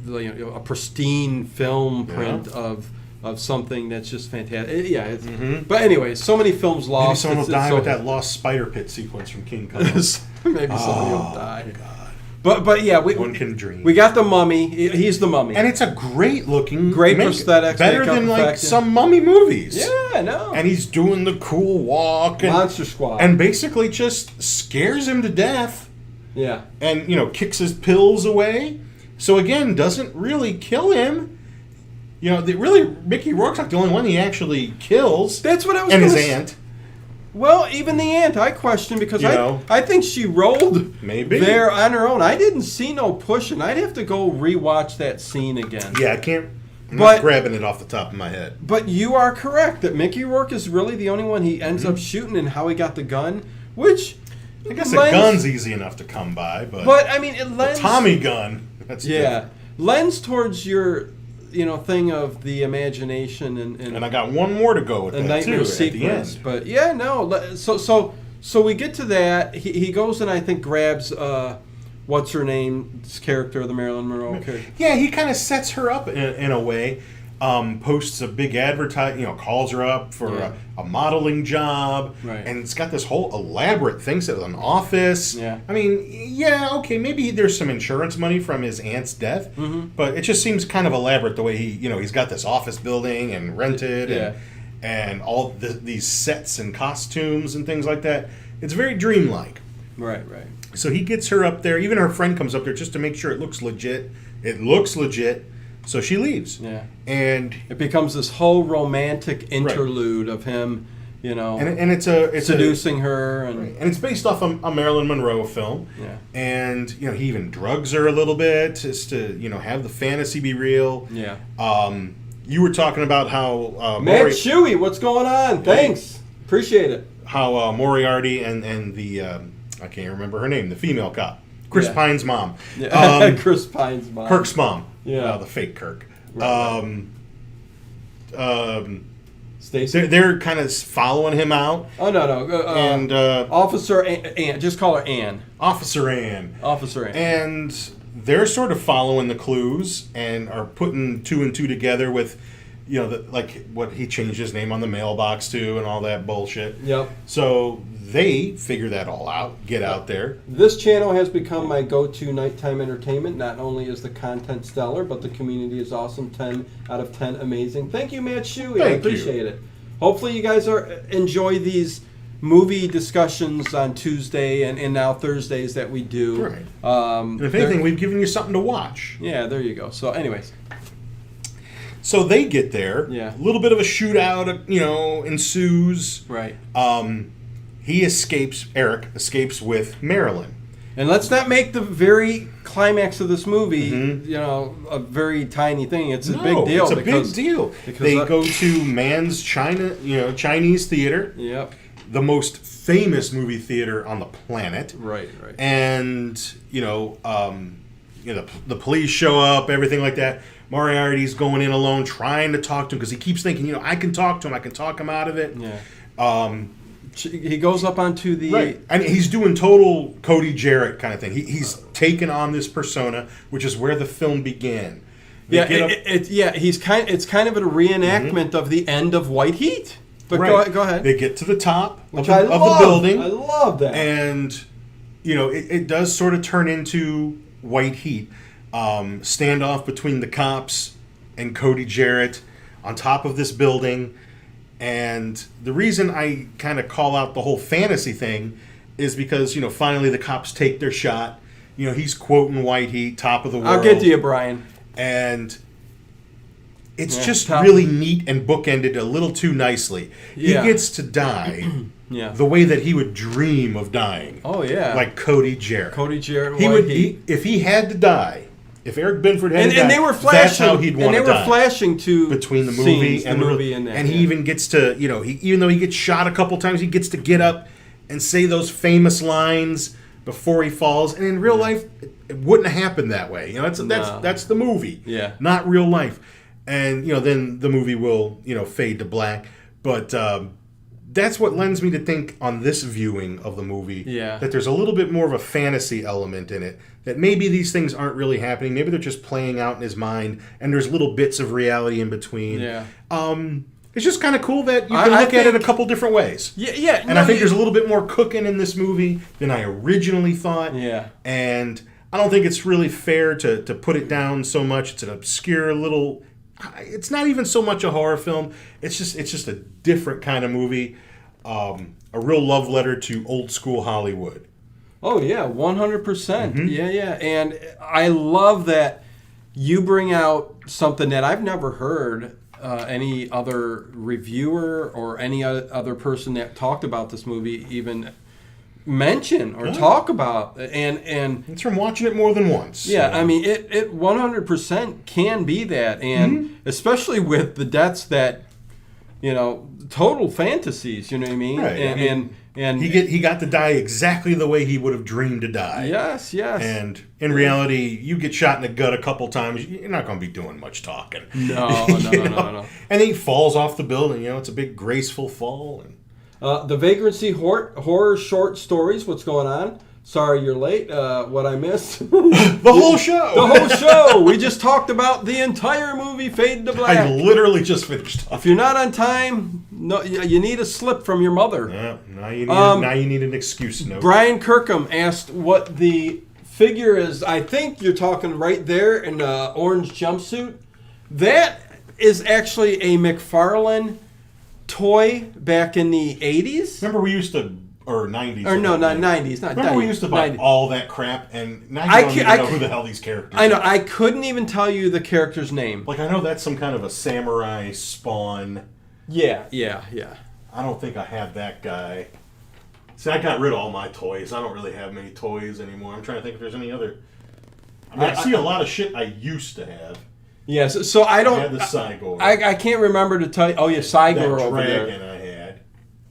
Speaker 3: you know, a pristine film print of of something that's just fantastic. Eh, Yeah. It's, But anyway, so many films lost.
Speaker 1: Mm-hmm. maybe someone will
Speaker 3: Oh, it's-
Speaker 1: die
Speaker 3: it's
Speaker 1: with that
Speaker 3: so-
Speaker 1: lost spider pit sequence from King Kong.
Speaker 3: Maybe somebody will die. But but yeah, we
Speaker 1: One can dream.
Speaker 3: we got the mummy. He- He's the mummy.
Speaker 1: and it's a great looking,
Speaker 3: Great prosthetics,
Speaker 1: better
Speaker 3: makeup
Speaker 1: than like
Speaker 3: effect, yeah.
Speaker 1: some mummy movies.
Speaker 3: yeah, no.
Speaker 1: And he's doing the cool walk and
Speaker 3: Monster Squad.
Speaker 1: and basically just scares him to death
Speaker 3: yeah.
Speaker 1: and you know kicks his pills away so again doesn't really kill him you know they really mickey rourke's not the only one he actually kills
Speaker 3: That's what I was
Speaker 1: and
Speaker 3: gonna
Speaker 1: his
Speaker 3: s-
Speaker 1: aunt
Speaker 3: Well, even the ant, I question because
Speaker 1: You
Speaker 3: I
Speaker 1: know.
Speaker 3: I think she rolled
Speaker 1: Maybe.
Speaker 3: there on her own. I didn't see no pushing. I'd have to go rewatch that scene again.
Speaker 1: yeah i can't i'm
Speaker 3: But-
Speaker 1: not grabbing it off the top of my head
Speaker 3: But you are correct that Mickey Rourke is really the only one he ends up shooting and how he got the gun, which
Speaker 1: Mm-hmm. i guess a
Speaker 3: lends-
Speaker 1: gun's easy enough to come by but,
Speaker 3: But I mean, it
Speaker 1: a
Speaker 3: lends
Speaker 1: tommy gun that's
Speaker 3: Yeah,
Speaker 1: different.
Speaker 3: lends towards your you know thing of the imagination and and,
Speaker 1: and i got one more to go with
Speaker 3: a
Speaker 1: that
Speaker 3: nightmare
Speaker 1: too
Speaker 3: sequence.
Speaker 1: at the end
Speaker 3: But yeah, no. le- So so so we get to that. He, he goes and I think grabs uh, what's her name's character, the Marilyn Monroe character.
Speaker 1: yeah he kind of sets her up in, in a way um, posts a big advertise, you know, calls her up for
Speaker 3: Yeah.
Speaker 1: a, a modeling job,
Speaker 3: Right.
Speaker 1: and it's got this whole elaborate thing set with an office.
Speaker 3: Yeah.
Speaker 1: I mean, yeah, okay, maybe there's some insurance money from his aunt's death,
Speaker 3: Mm-hmm.
Speaker 1: but it just seems kind of elaborate the way he, you know, he's got this office building and rented,
Speaker 3: Yeah.
Speaker 1: and and all the, these sets and costumes and things like that. It's very dreamlike.
Speaker 3: Right, right.
Speaker 1: So he gets her up there. Even her friend comes up there just to make sure it looks legit. It looks legit. So she leaves.
Speaker 3: Yeah.
Speaker 1: And
Speaker 3: It becomes this whole romantic interlude of him, you know,
Speaker 1: and, and it's a it's
Speaker 3: seducing her and
Speaker 1: a and it's based off a, a Marilyn Monroe film.
Speaker 3: Yeah.
Speaker 1: And you know he even drugs her a little bit just to you know have the fantasy be real.
Speaker 3: yeah.
Speaker 1: Um, you were talking about how uh,
Speaker 3: Matt
Speaker 1: Mori-
Speaker 3: Shuey, what's going on? Thanks. Appreciate it.
Speaker 1: how uh, Moriarty and and the um, I can't remember her name the female cop Chris
Speaker 3: Yeah.
Speaker 1: Pine's mom.
Speaker 3: Yeah.
Speaker 1: Um,
Speaker 3: Chris Pine's mom.
Speaker 1: Kirk's mom.
Speaker 3: Um, Yeah.
Speaker 1: Uh, the fake Kirk.
Speaker 3: Right, right.
Speaker 1: um, um,
Speaker 3: Stacy.
Speaker 1: they're, they're kind of following him out,
Speaker 3: oh no no. Uh, uh,
Speaker 1: and uh,
Speaker 3: Officer Ann, Ann. Just call her Ann.
Speaker 1: Officer Ann,
Speaker 3: Officer Ann.
Speaker 1: and they're sort of following the clues and are putting two and two together with, you know, the, like what he changed his name on the mailbox to and all that bullshit.
Speaker 3: Yep.
Speaker 1: So they figure that all out, get out there.
Speaker 3: This channel has become my go-to nighttime entertainment. Not only is the content stellar, but the community is awesome. Ten out of ten, amazing. Thank you, Matt Shuey. I
Speaker 1: Thank you.
Speaker 3: appreciate it. Hopefully, you guys are uh, enjoy these movie discussions on Tuesday and, and now Thursdays that we do.
Speaker 1: Right.
Speaker 3: Um,
Speaker 1: And if
Speaker 3: there-
Speaker 1: anything, we've given you something to watch.
Speaker 3: yeah, there you go. So, anyways,
Speaker 1: So they get there.
Speaker 3: Yeah.
Speaker 1: A little bit of a shootout, you know, ensues.
Speaker 3: right.
Speaker 1: Um, he escapes. Eric escapes with Marilyn.
Speaker 3: And let's not make the very climax of this movie, you know, a very tiny thing. It's a big deal.
Speaker 1: Mm-hmm. It's a
Speaker 3: because-
Speaker 1: big deal.
Speaker 3: because
Speaker 1: They
Speaker 3: I-
Speaker 1: go to Man's China, you know, Chinese theater,
Speaker 3: Yep.
Speaker 1: the most famous movie theater on the planet,
Speaker 3: Right. Right.
Speaker 1: and you know, um, you know, the, the police show up, everything like that. Moriarty's going in alone, trying to talk to him because he keeps thinking, you know, I can talk to him, I can talk him out of it.
Speaker 3: yeah.
Speaker 1: Um,
Speaker 3: Ch- He goes up onto the
Speaker 1: Right. And he's doing total Cody Jarrett kind of thing. He,
Speaker 3: Uh,
Speaker 1: he's taken on this persona, which is where the film began. They
Speaker 3: yeah,
Speaker 1: get
Speaker 3: it,
Speaker 1: up-
Speaker 3: it- it- yeah. He's kind. It's kind of a reenactment of the end of White Heat. But
Speaker 1: Mm-hmm. right.
Speaker 3: go, go ahead.
Speaker 1: They get to the top of
Speaker 3: Which
Speaker 1: the,
Speaker 3: I
Speaker 1: of the
Speaker 3: love.
Speaker 1: building.
Speaker 3: I love that.
Speaker 1: And, you know, it, it does sort of turn into white heat. Um, standoff between the cops and Cody Jarrett on top of this building. And the reason I kind of call out the whole fantasy thing is because, you know, finally the cops take their shot. You know, he's quoting White Heat, top of the world.
Speaker 3: I'll get to you, Brian.
Speaker 1: And it's
Speaker 3: Yeah,
Speaker 1: just
Speaker 3: top-
Speaker 1: really neat and bookended a little too nicely.
Speaker 3: Yeah.
Speaker 1: He gets to die
Speaker 3: Yeah.
Speaker 1: the way that he would dream of dying.
Speaker 3: oh yeah.
Speaker 1: Like Cody Jarrett.
Speaker 3: Cody Jarrett.
Speaker 1: he
Speaker 3: White
Speaker 1: would
Speaker 3: Heat.
Speaker 1: he, if he had to die, if Eric Benford had
Speaker 3: and,
Speaker 1: to die,
Speaker 3: and they were flashing.
Speaker 1: that's how he'd want
Speaker 3: and they
Speaker 1: to
Speaker 3: were
Speaker 1: die
Speaker 3: flashing to
Speaker 1: between the movie
Speaker 3: scenes,
Speaker 1: and
Speaker 3: the
Speaker 1: the-
Speaker 3: movie and that.
Speaker 1: and he
Speaker 3: yeah.
Speaker 1: even gets to you know he even though he gets shot a couple times he gets to get up and say those famous lines before he falls and in real life it, it wouldn't have happened that way you know that's that's
Speaker 3: No.
Speaker 1: that's the movie
Speaker 3: Yeah.
Speaker 1: not real life and you know then the movie will you know fade to black but um that's what lends me to think on this viewing of the movie
Speaker 3: Yeah.
Speaker 1: that there's a little bit more of a fantasy element in it that maybe these things aren't really happening maybe they're just playing out in his mind and there's little bits of reality in between
Speaker 3: Yeah.
Speaker 1: um, it's just kind of cool that you
Speaker 3: I-
Speaker 1: can
Speaker 3: I
Speaker 1: look at it a
Speaker 3: think-
Speaker 1: couple different ways
Speaker 3: Yeah, yeah.
Speaker 1: and i think there's a little bit more cooking in this movie than i originally thought
Speaker 3: Yeah.
Speaker 1: and i don't think it's really fair to, to put it down so much it's an obscure little it's not even so much a horror film it's just it's just a different kind of movie um, a real love letter to old school hollywood
Speaker 3: Oh yeah, one hundred percent.
Speaker 1: Mm-hmm.
Speaker 3: Yeah, yeah, and I love that you bring out something that I've never heard uh, any other reviewer or any o- other person that talked about this movie even mention or talk about. And and
Speaker 1: it's from watching it more than once
Speaker 3: yeah, I mean it it one hundred percent can be that, and
Speaker 1: Mm-hmm.
Speaker 3: especially with the deaths that you know total fantasies. You know what I mean?
Speaker 1: Right, I
Speaker 3: And,
Speaker 1: mean,
Speaker 3: and and
Speaker 1: he get he got to die exactly the way he would have dreamed to die
Speaker 3: yes, yes.
Speaker 1: And in reality, you get shot in the gut a couple times, you're not going to be doing much talking.
Speaker 3: No, no,
Speaker 1: You
Speaker 3: no, no,
Speaker 1: know?
Speaker 3: no.
Speaker 1: And then he falls off the building. You know, it's a big graceful fall. And
Speaker 3: Uh, the Vagrancy hor- Horror Short Stories, what's going on? Sorry you're late. Uh, what I missed. the
Speaker 1: The whole show.
Speaker 3: whole show. We just talked about the entire movie Fade to Black.
Speaker 1: I literally just finished off.
Speaker 3: if you're not on time, no, you you need a slip from your mother.
Speaker 1: Yeah, now you need
Speaker 3: Um,
Speaker 1: now you need an excuse note.
Speaker 3: Brian Kirkham asked what the figure is. I think you're talking right there in the orange jumpsuit. That is actually a McFarlane toy back in the 80s.
Speaker 1: Remember we used to or nineties
Speaker 3: Or no, not 90s. Not
Speaker 1: Remember we
Speaker 3: 90s,
Speaker 1: used to buy
Speaker 3: 90s.
Speaker 1: all that crap, and now you
Speaker 3: I
Speaker 1: don't
Speaker 3: can't-
Speaker 1: even
Speaker 3: I
Speaker 1: know who
Speaker 3: can't-
Speaker 1: the hell these characters.
Speaker 3: I know.
Speaker 1: Are.
Speaker 3: I couldn't even tell you the character's name.
Speaker 1: Like I know that's some kind of a samurai spawn.
Speaker 3: Yeah, yeah, yeah.
Speaker 1: I don't think I have that guy. See, I got rid of all my toys. I don't really have many toys anymore. I'm trying to think if there's any other. I mean, I,
Speaker 3: I-
Speaker 1: see a lot of shit I used to have.
Speaker 3: Yes. Yeah, so, so I
Speaker 1: I had
Speaker 3: don't.
Speaker 1: the Cygor.
Speaker 3: I, I can't remember to tell you. Oh yeah,
Speaker 1: that
Speaker 3: Cygirl over there.
Speaker 1: dragon I had.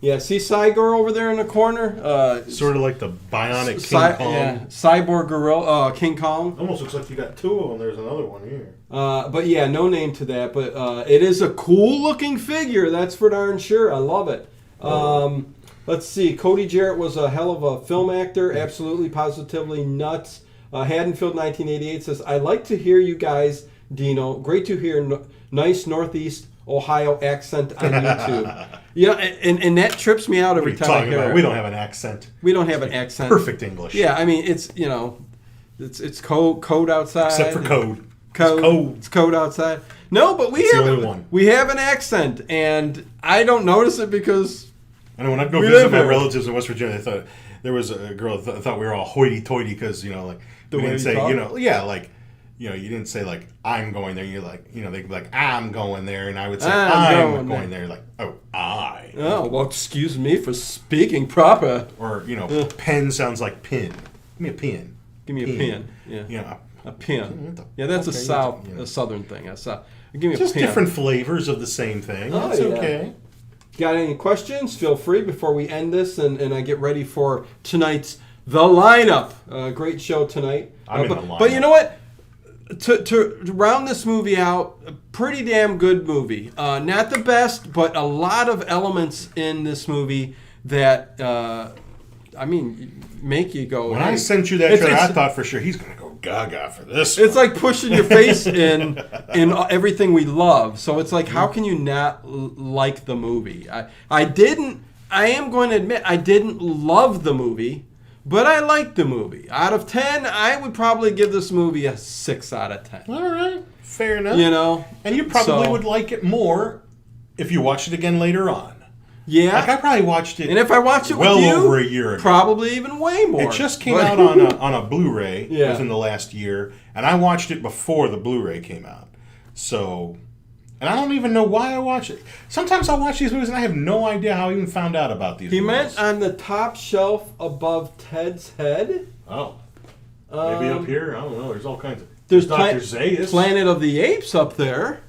Speaker 3: Yeah, see Cygirl over there in the corner. Uh,
Speaker 1: Sort of like the bionic
Speaker 3: Cy- yeah, cyborg gorilla, uh, King Kong.
Speaker 1: Almost looks like you got two of them. There's another one here.
Speaker 3: Uh, but yeah, no name to that. But uh, it is a cool looking figure. That's for darn sure. I love it. Um, let's see. Cody Jarrett was a hell of a film actor. Absolutely, positively nuts. Uh, Haddonfield, 1988 says, "I like to hear you guys, Dino. Great to hear no- nice Northeast Ohio accent on YouTube. yeah, and, and that trips me out every
Speaker 1: What are you
Speaker 3: time I
Speaker 1: talking
Speaker 3: hear
Speaker 1: about?
Speaker 3: it.
Speaker 1: We don't have an accent.
Speaker 3: We don't have an accent.
Speaker 1: Perfect English.
Speaker 3: Yeah, I mean it's you know, it's it's cold cold outside.
Speaker 1: Except for code.
Speaker 3: Uh, Code.
Speaker 1: It's
Speaker 3: It's cold,
Speaker 1: code.
Speaker 3: outside. No, but we
Speaker 1: It's the
Speaker 3: have
Speaker 1: only one.
Speaker 3: we have an accent, and I don't notice it because
Speaker 1: And when I'd go
Speaker 3: We
Speaker 1: visit
Speaker 3: live
Speaker 1: my
Speaker 3: here.
Speaker 1: relatives in West Virginia, they thought there was a girl th- thought we were all hoity-toity because you know, like
Speaker 3: The
Speaker 1: we
Speaker 3: way
Speaker 1: didn't say
Speaker 3: you talk?
Speaker 1: you know, yeah, like you know, you didn't say like I'm going there. You're like you know, they'd be like I'm going there, and I would say
Speaker 3: I'm
Speaker 1: I'm,
Speaker 3: going
Speaker 1: going, there. Like oh I
Speaker 3: oh well, excuse me for speaking proper.
Speaker 1: or you know, pen sounds like pin. Give me a pin.
Speaker 3: Uh. Give me a pin. Yeah,
Speaker 1: You know,
Speaker 3: a pin.
Speaker 1: What the-
Speaker 3: Yeah, that's a
Speaker 1: okay, you
Speaker 3: south
Speaker 1: don't- you know.
Speaker 3: a southern thing. I saw. Give me
Speaker 1: just
Speaker 3: a pin.
Speaker 1: different flavors of the same thing.
Speaker 3: Oh,
Speaker 1: That's
Speaker 3: yeah.
Speaker 1: okay.
Speaker 3: Got any questions? Feel free before we end this and, and I get ready for tonight's The Lineup. Uh, great show tonight.
Speaker 1: I'm
Speaker 3: Uh,
Speaker 1: in
Speaker 3: but,
Speaker 1: the lineup.
Speaker 3: but you know what? To, to, to round this movie out, a pretty damn good movie. Uh, not the best, but a lot of elements in this movie that, uh, I mean, make you go.
Speaker 1: When
Speaker 3: "Hey."
Speaker 1: I sent you that
Speaker 3: It's-
Speaker 1: trailer, I
Speaker 3: it's-
Speaker 1: thought for sure he's gonna go gaga for this.
Speaker 3: it's like pushing your face in in everything we love. So it's like, how can you not l- like the movie? I I didn't. I am going to admit I didn't love the movie, but I liked the movie. Out of ten, I would probably give this movie a six out of ten.
Speaker 1: all right, fair enough.
Speaker 3: You know,
Speaker 1: And you probably
Speaker 3: So-
Speaker 1: would like it more if you watched it again later on. Like I
Speaker 3: yeah.
Speaker 1: probably watched it.
Speaker 3: And if I watch it
Speaker 1: well
Speaker 3: with you,
Speaker 1: over a year ago.
Speaker 3: probably even way more.
Speaker 1: it just came
Speaker 3: But-
Speaker 1: out on a, on a Blu-ray
Speaker 3: Yeah.
Speaker 1: within the last year, and I watched it before the Blu-ray came out. So, and I don't even know why I watch it. Sometimes I watch these movies and I have no idea how I even found out about these.
Speaker 3: He
Speaker 1: movies.
Speaker 3: meant uh, on the top shelf above Ted's head.
Speaker 1: oh, maybe
Speaker 3: Um,
Speaker 1: up here. I don't know. There's all kinds of
Speaker 3: There's
Speaker 1: Dr.
Speaker 3: Pla-
Speaker 1: Zayas.
Speaker 3: Planet of the Apes up there.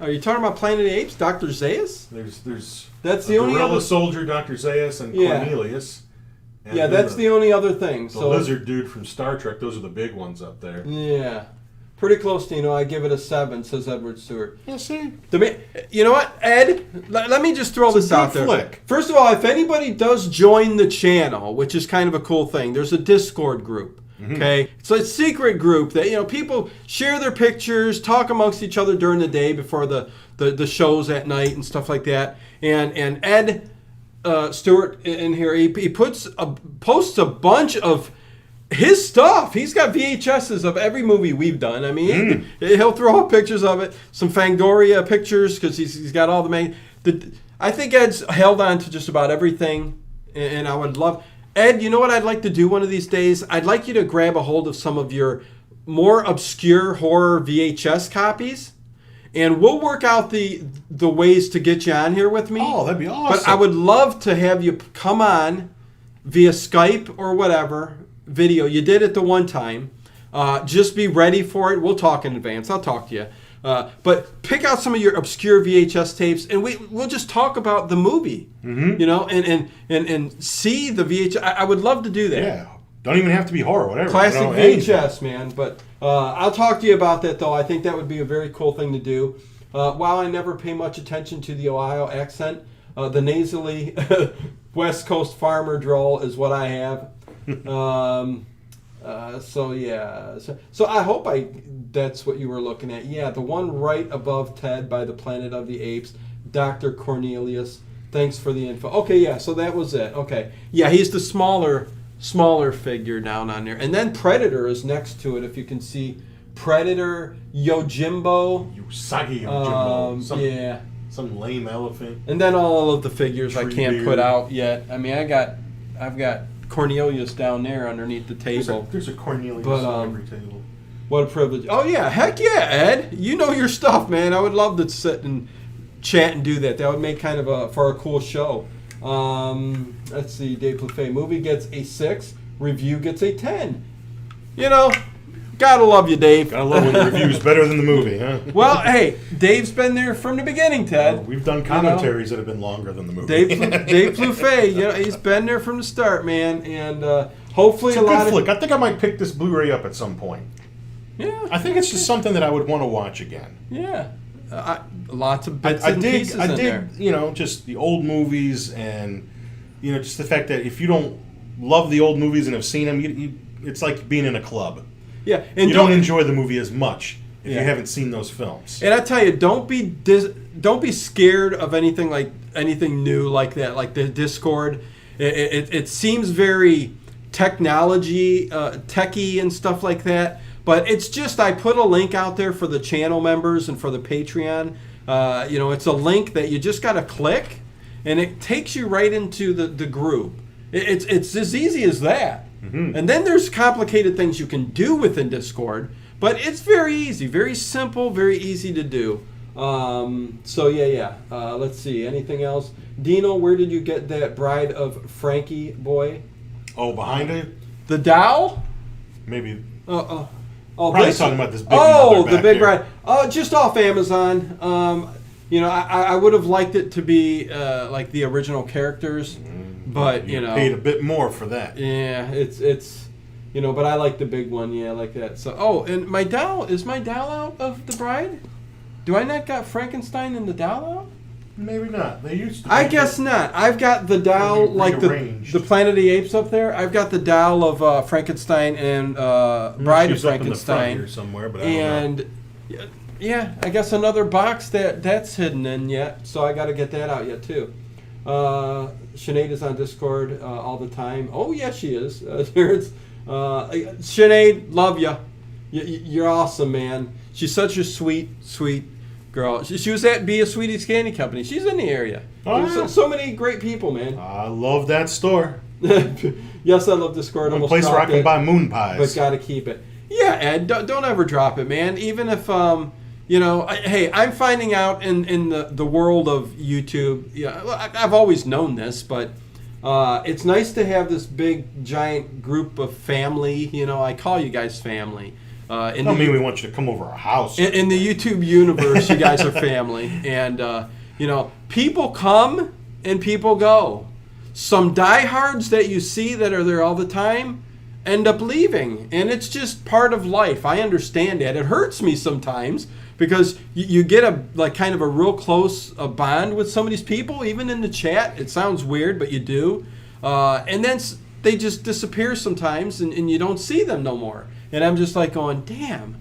Speaker 3: Are you talking about Planet of the Apes? Dr. Zayas?
Speaker 1: There's there's
Speaker 3: That's
Speaker 1: a
Speaker 3: the only
Speaker 1: gorilla
Speaker 3: other-
Speaker 1: soldier, Doctor Zayas, and
Speaker 3: Yeah.
Speaker 1: Cornelius. And
Speaker 3: yeah,
Speaker 1: then
Speaker 3: that's the only other thing.
Speaker 1: The
Speaker 3: So
Speaker 1: lizard dude from Star Trek. Those are the big ones up there.
Speaker 3: Yeah. Pretty close, Dino. I give it a seven, says Edward Stewart.
Speaker 1: Yeah, see.
Speaker 3: The ma- you know what, Ed? L- let me just throw
Speaker 1: It's a
Speaker 3: this out
Speaker 1: good
Speaker 3: there.
Speaker 1: flick.
Speaker 3: First of all, if anybody does join the channel, which is kind of a cool thing, there's a Discord group.
Speaker 1: Mm-hmm.
Speaker 3: Okay, it's a secret group that you know people share their pictures, talk amongst each other during the day before the the, the shows at night and stuff like that. And and Ed uh, Stewart i- in here, he, he puts a, posts a bunch of his stuff. He's got VHSs of every movie we've done. I mean,
Speaker 1: Hmm.
Speaker 3: he- he'll throw up pictures of it, some Fangoria pictures because he's, he's got all the main. The, I think Ed's held on to just about everything, a- and I would love Ed. You know what I'd like to do one of these days? I'd like you to grab a hold of some of your more obscure horror VHS copies. And we'll work out the the ways to get you on here with me.
Speaker 1: Oh, that'd be awesome.
Speaker 3: But I would love to have you p- come on via Skype or whatever video. You did it the one time. Uh, just be ready for it. We'll talk in advance. I'll talk to you. Uh, but pick out some of your obscure VHS tapes, and we we'll just talk about the movie. You know, and and and and see the VHS. I, I would love to do that.
Speaker 1: Yeah. Don't even have to be horror. Whatever.
Speaker 3: Classic
Speaker 1: You know, anything.
Speaker 3: VHS, man. But uh, I'll talk to you about that, though. I think that would be a very cool thing to do. Uh, while I never pay much attention to the Ohio accent, uh, the nasally West Coast farmer drawl is what I have. um, uh, so yeah, so, so I hope I that's what you were looking at. Yeah, the one right above Ted by the Planet of the Apes, Doctor Cornelius. Thanks for the info. Okay, yeah, so that was it. Okay, yeah, he's the smaller smaller figure down on there, and then Predator is next to it. If you can see Predator, Yojimbo,
Speaker 1: Usagi Yojimbo.
Speaker 3: um,
Speaker 1: some,
Speaker 3: yeah.
Speaker 1: some lame elephant.
Speaker 3: And then all of the figures I
Speaker 1: Tree
Speaker 3: can't
Speaker 1: beard.
Speaker 3: put out yet. I mean, I got, I've got Cornelius down there underneath the
Speaker 1: There's a,
Speaker 3: table.
Speaker 1: there's a Cornelius
Speaker 3: But,
Speaker 1: on
Speaker 3: um,
Speaker 1: every table.
Speaker 3: What a privilege! Oh yeah, heck yeah, Ed. You know your stuff, man. I would love to sit and chat and do that. That would make kind of a for a cool show. Um, let's see. Dave Lefay movie gets a six. Review gets a ten. You know, gotta love you, Dave.
Speaker 1: Gotta love when the review's better than the movie, huh?
Speaker 3: well, hey, Dave's been there from the beginning, Ted.
Speaker 1: We've done commentaries that have been longer than the movie.
Speaker 3: Dave Plu-
Speaker 1: it's
Speaker 3: Dave Plouffe, you know, he's been there from the start, man, and uh, hopefully
Speaker 1: a
Speaker 3: a, lot
Speaker 1: good
Speaker 3: of
Speaker 1: flick. I think I might pick this Blu-ray up at some point.
Speaker 3: yeah,
Speaker 1: I think it's just something that I would want to watch again.
Speaker 3: yeah, uh, I, lots of
Speaker 1: I,
Speaker 3: bits
Speaker 1: I
Speaker 3: and
Speaker 1: dig,
Speaker 3: pieces
Speaker 1: I
Speaker 3: in
Speaker 1: dig,
Speaker 3: there.
Speaker 1: you know, just the old movies and, you know, just the fact that if you don't love the old movies and have seen them, you, you, it's like being in a club.
Speaker 3: Yeah, and
Speaker 1: you don't enjoy the movie as much if
Speaker 3: Yeah.
Speaker 1: you haven't seen those films.
Speaker 3: And I tell you, don't be dis- don't be scared of anything like anything new like that, like the Discord. It, it, it seems very technology uh, techy and stuff like that, but it's just I put a link out there for the channel members and for the Patreon. Uh, you know, it's a link that you just got to click, and it takes you right into the the group. It, it's it's as easy as that. And then there's complicated things you can do within Discord, but it's very easy, very simple, very easy to do. Um, so yeah, yeah. Uh, let's see. Anything else? Dino, where did you get that Bride of Frankie boy?
Speaker 1: Oh, behind it,
Speaker 3: The doll?
Speaker 1: maybe
Speaker 3: Uh, uh, oh,
Speaker 1: Probably
Speaker 3: this-
Speaker 1: talking about this big
Speaker 3: Oh,
Speaker 1: mother
Speaker 3: the
Speaker 1: back
Speaker 3: big
Speaker 1: there.
Speaker 3: bride. Oh, just off Amazon. Um, you know, I, I I would have liked it to be uh, like the original characters, but you, know,
Speaker 1: Mm-hmm. paid a bit more for that.
Speaker 3: yeah, it's it's you know, but I like the big one, yeah, I like that. So oh, and my doll is my doll out of the bride? Do I not got Frankenstein in the doll out?
Speaker 1: Maybe not. They used. To
Speaker 3: I
Speaker 1: make
Speaker 3: guess
Speaker 1: it-
Speaker 3: not. I've got the doll
Speaker 1: It'd be
Speaker 3: like the
Speaker 1: rearranged.
Speaker 3: the Planet of the Apes up there. I've got the doll of uh, Frankenstein and uh, Bride of
Speaker 1: Hmm, She's up in the front
Speaker 3: Frankenstein.
Speaker 1: here somewhere, but I don't know.
Speaker 3: And yeah, yeah, I guess another box that that's hidden in yet, so I got to get that out yet too. Uh, Sinead is on Discord uh, all the time. Oh yeah, she is. Uh, nerds. Uh, Sinead, love ya. you. You're awesome, man. She's such a sweet, sweet girl. She, she was at Be a Sweetie's Candy Company. She's in the area.
Speaker 1: Oh,
Speaker 3: There's so-
Speaker 1: yeah.
Speaker 3: so, many great people, man.
Speaker 1: I love that store.
Speaker 3: yes, I love Discord.
Speaker 1: One
Speaker 3: Almost
Speaker 1: place where I
Speaker 3: dropped
Speaker 1: can
Speaker 3: it
Speaker 1: buy moon pies.
Speaker 3: but gotta keep it. Yeah, Ed, don't, don't ever drop it, man. Even if um, you know, I, hey, I'm finding out in in the the world of YouTube. Yeah, well, I, I've always known this, but uh, it's nice to have this big giant group of family. You know, I call you guys family. Uh, in
Speaker 1: I don't
Speaker 3: the-
Speaker 1: mean we want you to come over our house.
Speaker 3: in, in the YouTube universe, you guys are family, and uh, you know people come and people go. Some diehards that you see that are there all the time end up leaving, and it's just part of life. I understand that. It hurts me sometimes because you, you get a like kind of a real close uh bond with some of these people, even in the chat. It sounds weird, but you do, uh, and then. s- They just disappear sometimes, and, and you don't see them no more. And I'm just like going, damn,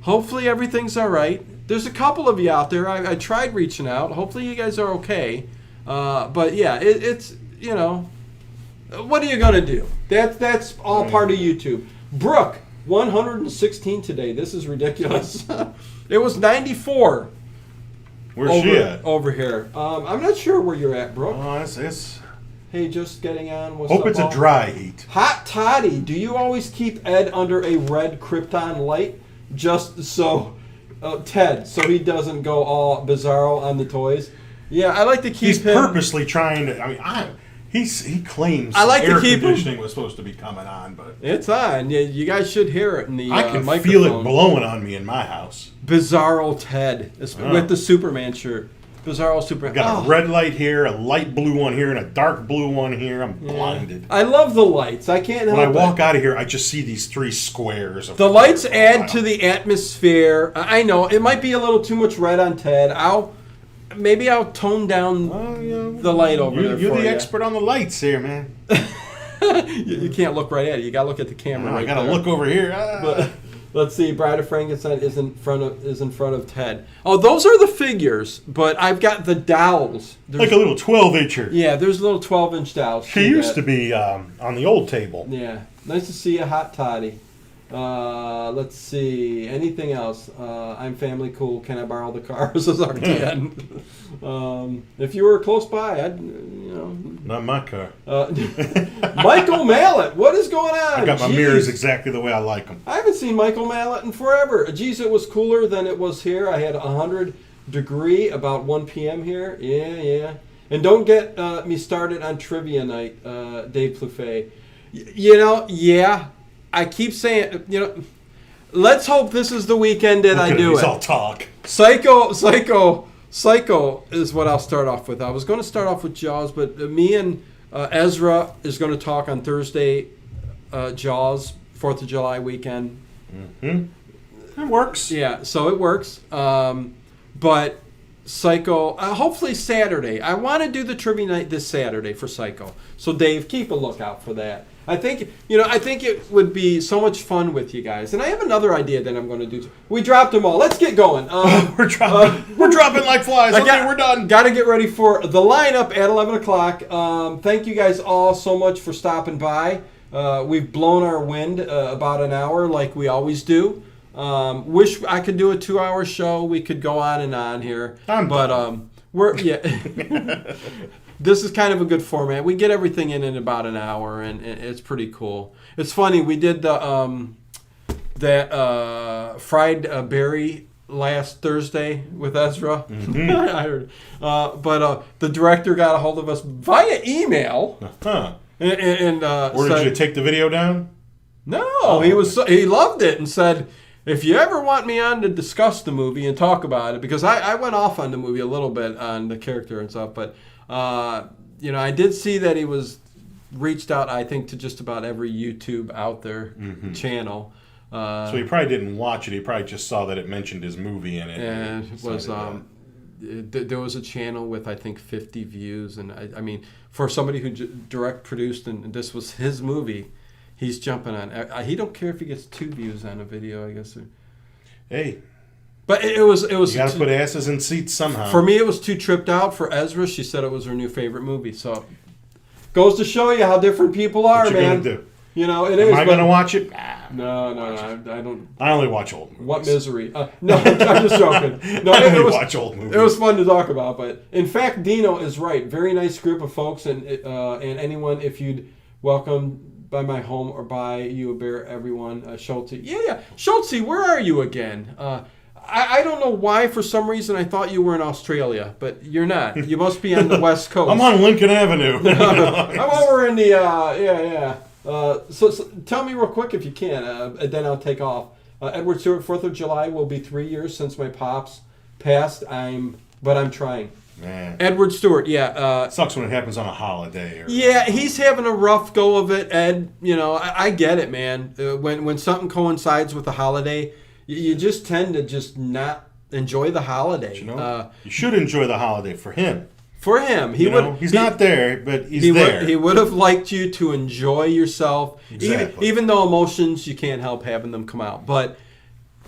Speaker 3: Hopefully everything's all right. There's a couple of you out there. I, I tried reaching out. Hopefully you guys are okay. Uh, but yeah, it, it's you know, what are you gonna do? That that's all part of YouTube. Brooke, 116 today. This is ridiculous. it was 94
Speaker 1: Where's
Speaker 3: over
Speaker 1: she at?
Speaker 3: over here. Um, I'm not sure where you're at, Brooke.
Speaker 1: Oh, it's, it's,
Speaker 3: Hey, just getting on. What's
Speaker 1: hope
Speaker 3: up,
Speaker 1: it's a
Speaker 3: all?
Speaker 1: dry heat.
Speaker 3: Hot toddy. Do you always keep Ed under a red krypton light just so uh, Ted, so he doesn't go all bizarro on the toys? Yeah, I like to keep
Speaker 1: He's
Speaker 3: him.
Speaker 1: purposely trying to. I mean, I he's he claims
Speaker 3: I like to
Speaker 1: air
Speaker 3: keep him-
Speaker 1: conditioning was supposed to be coming on, but
Speaker 3: It's on. Yeah, you guys should hear it in the
Speaker 1: I
Speaker 3: uh,
Speaker 1: can
Speaker 3: microphone.
Speaker 1: feel it blowing on me in my house.
Speaker 3: Bizarro Ted it's-
Speaker 1: Oh.
Speaker 3: with the Superman shirt. Bizarro Superman.
Speaker 1: Got
Speaker 3: Oh.
Speaker 1: a red light here, a light blue one here, and a dark blue one here. I'm blinded.
Speaker 3: I love the lights. I can't help
Speaker 1: When I
Speaker 3: it.
Speaker 1: walk out of here, I just see these three squares. Of
Speaker 3: The lights add to the atmosphere. I I know it might be a little too much red on Ted. I'll maybe I'll tone down
Speaker 1: Oh, yeah.
Speaker 3: the light over
Speaker 1: You-
Speaker 3: there.
Speaker 1: You're
Speaker 3: for
Speaker 1: the
Speaker 3: ya.
Speaker 1: expert on the lights here, man.
Speaker 3: you, you can't look right at it. You got to look at the camera.
Speaker 1: Oh, I
Speaker 3: right
Speaker 1: gotta
Speaker 3: there.
Speaker 1: look over here. Ah.
Speaker 3: But let's see. Bride of Frankenstein is in front of is in front of Ted. Oh, those are the figures, but I've got the dowels. There's,
Speaker 1: like a little 12 incher.
Speaker 3: yeah, there's little twelve inch dowels.
Speaker 1: She used to be um, on the old table.
Speaker 3: Yeah, nice to see you, hot toddy. Uh, let's see. Anything else? Uh, I'm family cool. Can I borrow the car? This is our dad. um, if you were close by, I'd you know
Speaker 1: Not my car.
Speaker 3: Uh, Michael Mallet, what is going on?
Speaker 1: I got my
Speaker 3: Jeez.
Speaker 1: mirrors exactly the way I like them.
Speaker 3: I haven't seen Michael Mallet in forever. Geez, it was cooler than it was here. I had a hundred degree about one p.m. here. Yeah, yeah. And don't get uh, me started on trivia night, uh, Dave Plouffe. Y- you know, yeah. I keep saying, you know, let's hope this is the weekend that I do
Speaker 1: He's
Speaker 3: it.
Speaker 1: all talk.
Speaker 3: Psycho, Psycho, Psycho is what I'll start off with. I was going to start off with Jaws, but uh, me and uh, Ezra is going to talk on Thursday, uh, Jaws, 4th of July weekend.
Speaker 1: It works.
Speaker 3: Yeah, so it works. Um, but Psycho, uh, hopefully Saturday. I want to do the trivia night this Saturday for Psycho. So Dave, keep a lookout for that. I think you know. I think it would be so much fun with you guys. And I have another idea that I'm going to do. too. We dropped them all. Let's get going. Um,
Speaker 1: We're dropping. we're dropping like flies.
Speaker 3: I
Speaker 1: Okay,
Speaker 3: got-
Speaker 1: we're done.
Speaker 3: Got to get ready for the lineup at 11 o'clock. Um, thank you guys all so much for stopping by. Uh, we've blown our wind uh, about an hour, like we always do. Um, wish I could do a two-hour show. We could go on and on here,
Speaker 1: I'm
Speaker 3: but
Speaker 1: done.
Speaker 3: um, we're yeah. this is kind of a good format. We get everything in in about an hour, and, and it's pretty cool. It's funny. We did the um, that uh, fried uh, berry last Thursday with Ezra.
Speaker 1: Mm-hmm.
Speaker 3: I heard, uh, but uh, the director got a hold of us via email,
Speaker 1: Huh.
Speaker 3: and, and and, uh,
Speaker 1: Or did
Speaker 3: said-
Speaker 1: you Oh. take the video down?
Speaker 3: no, he was so, he loved it and said, if you ever want me on to discuss the movie and talk about it, because I, I went off on the movie a little bit on the character and stuff, but uh, you know I did see that he was reached out I think to just about every YouTube out there channel. Uh,
Speaker 1: Mm-hmm. So he probably didn't watch it. He probably just saw that it mentioned his movie in it.
Speaker 3: and it was
Speaker 1: decided that.
Speaker 3: um, it- th- there was a channel with I think 50 views, and I, I mean for somebody who j- direct produced and this was his movie, he's jumping on. e, I, I- he don't care if he gets two views on a video, I guess. Or,
Speaker 1: Hey,
Speaker 3: but it, it was it was
Speaker 1: you gotta
Speaker 3: too-
Speaker 1: put asses in seats somehow.
Speaker 3: for me it was too tripped out. For Ezra, she said it was her new favorite movie. So goes to show you how different people are,
Speaker 1: what you
Speaker 3: man.
Speaker 1: gonna do?
Speaker 3: You know it is.
Speaker 1: Am I
Speaker 3: but-
Speaker 1: gonna watch it? Nah.
Speaker 3: no, no, no. I, I don't.
Speaker 1: I only watch old movies.
Speaker 3: What misery? Uh, no, I'm just joking. No,
Speaker 1: I
Speaker 3: it,
Speaker 1: only
Speaker 3: it was,
Speaker 1: watch old movies.
Speaker 3: It was fun to talk about, but in fact, Dino is right. Very nice group of folks, and uh, and anyone if you'd welcome by my home or by you a bear, everyone. Uh, Schultze, yeah, yeah, Schultze, where are you again? Uh, I, I don't know why. For some reason, I thought you were in Australia, but you're not. You must be on the west coast.
Speaker 1: I'm on Lincoln Avenue.
Speaker 3: I'm over in the uh, yeah yeah. Uh, so, so tell me real quick if you can, uh, and then I'll take off. Uh, Edward Stewart, Fourth of July will be three years since my pops passed. I'm but I'm trying.
Speaker 1: Man,
Speaker 3: Edward Stewart, yeah, uh,
Speaker 1: sucks when it happens on a holiday. Or,
Speaker 3: yeah, he's having a rough go of it. Ed, you know, I, I get it, man. Uh, when when something coincides with a holiday, you, you just tend to just not enjoy the holiday.
Speaker 1: You know,
Speaker 3: uh,
Speaker 1: you should enjoy the holiday for him.
Speaker 3: for him, he
Speaker 1: You
Speaker 3: would.
Speaker 1: know, he's
Speaker 3: he-
Speaker 1: not there, but he's
Speaker 3: he
Speaker 1: there.
Speaker 3: Would, he would have liked you to enjoy yourself, even,
Speaker 1: Exactly.
Speaker 3: even though emotions you can't help having them come out. But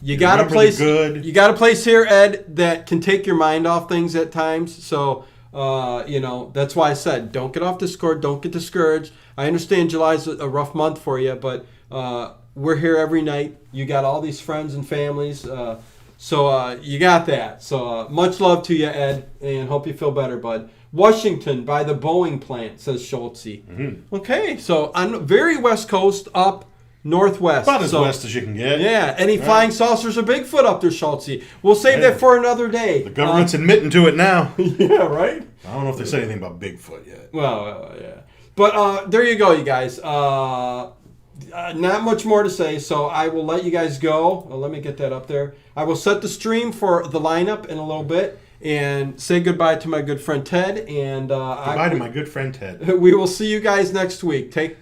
Speaker 3: you, got a
Speaker 1: remember the
Speaker 3: place.
Speaker 1: good.
Speaker 3: You got a place here, Ed, that can take your mind off things at times. So uh, you know that's why I said don't get off Discord, don't get discouraged. I understand July's a, a rough month for you, but uh, we're here every night. You got all these friends and families. Uh, so uh, you got that. So uh, much love to you, Ed, and hope you feel better, bud. Washington by the Boeing plant, says Schultze.
Speaker 1: Mm-hmm.
Speaker 3: Okay, so on very west coast up northwest.
Speaker 1: About as
Speaker 3: so,
Speaker 1: west as you can get.
Speaker 3: Yeah, any flying saucers or Bigfoot up there, Schultze. We'll save
Speaker 1: Yeah.
Speaker 3: that for another day.
Speaker 1: The government's admitting to it now.
Speaker 3: Uh, yeah, right?
Speaker 1: I don't know if they said anything about Bigfoot yet.
Speaker 3: Well, uh, yeah. But uh, there you go, you guys. Uh, uh, not much more to say, so I will let you guys go. Uh, let me get that up there. I will set the stream for the lineup in a little bit and say goodbye to my good friend Ted. And uh,
Speaker 1: Goodbye
Speaker 3: I,
Speaker 1: to my good friend Ted.
Speaker 3: we will see you guys next week. Take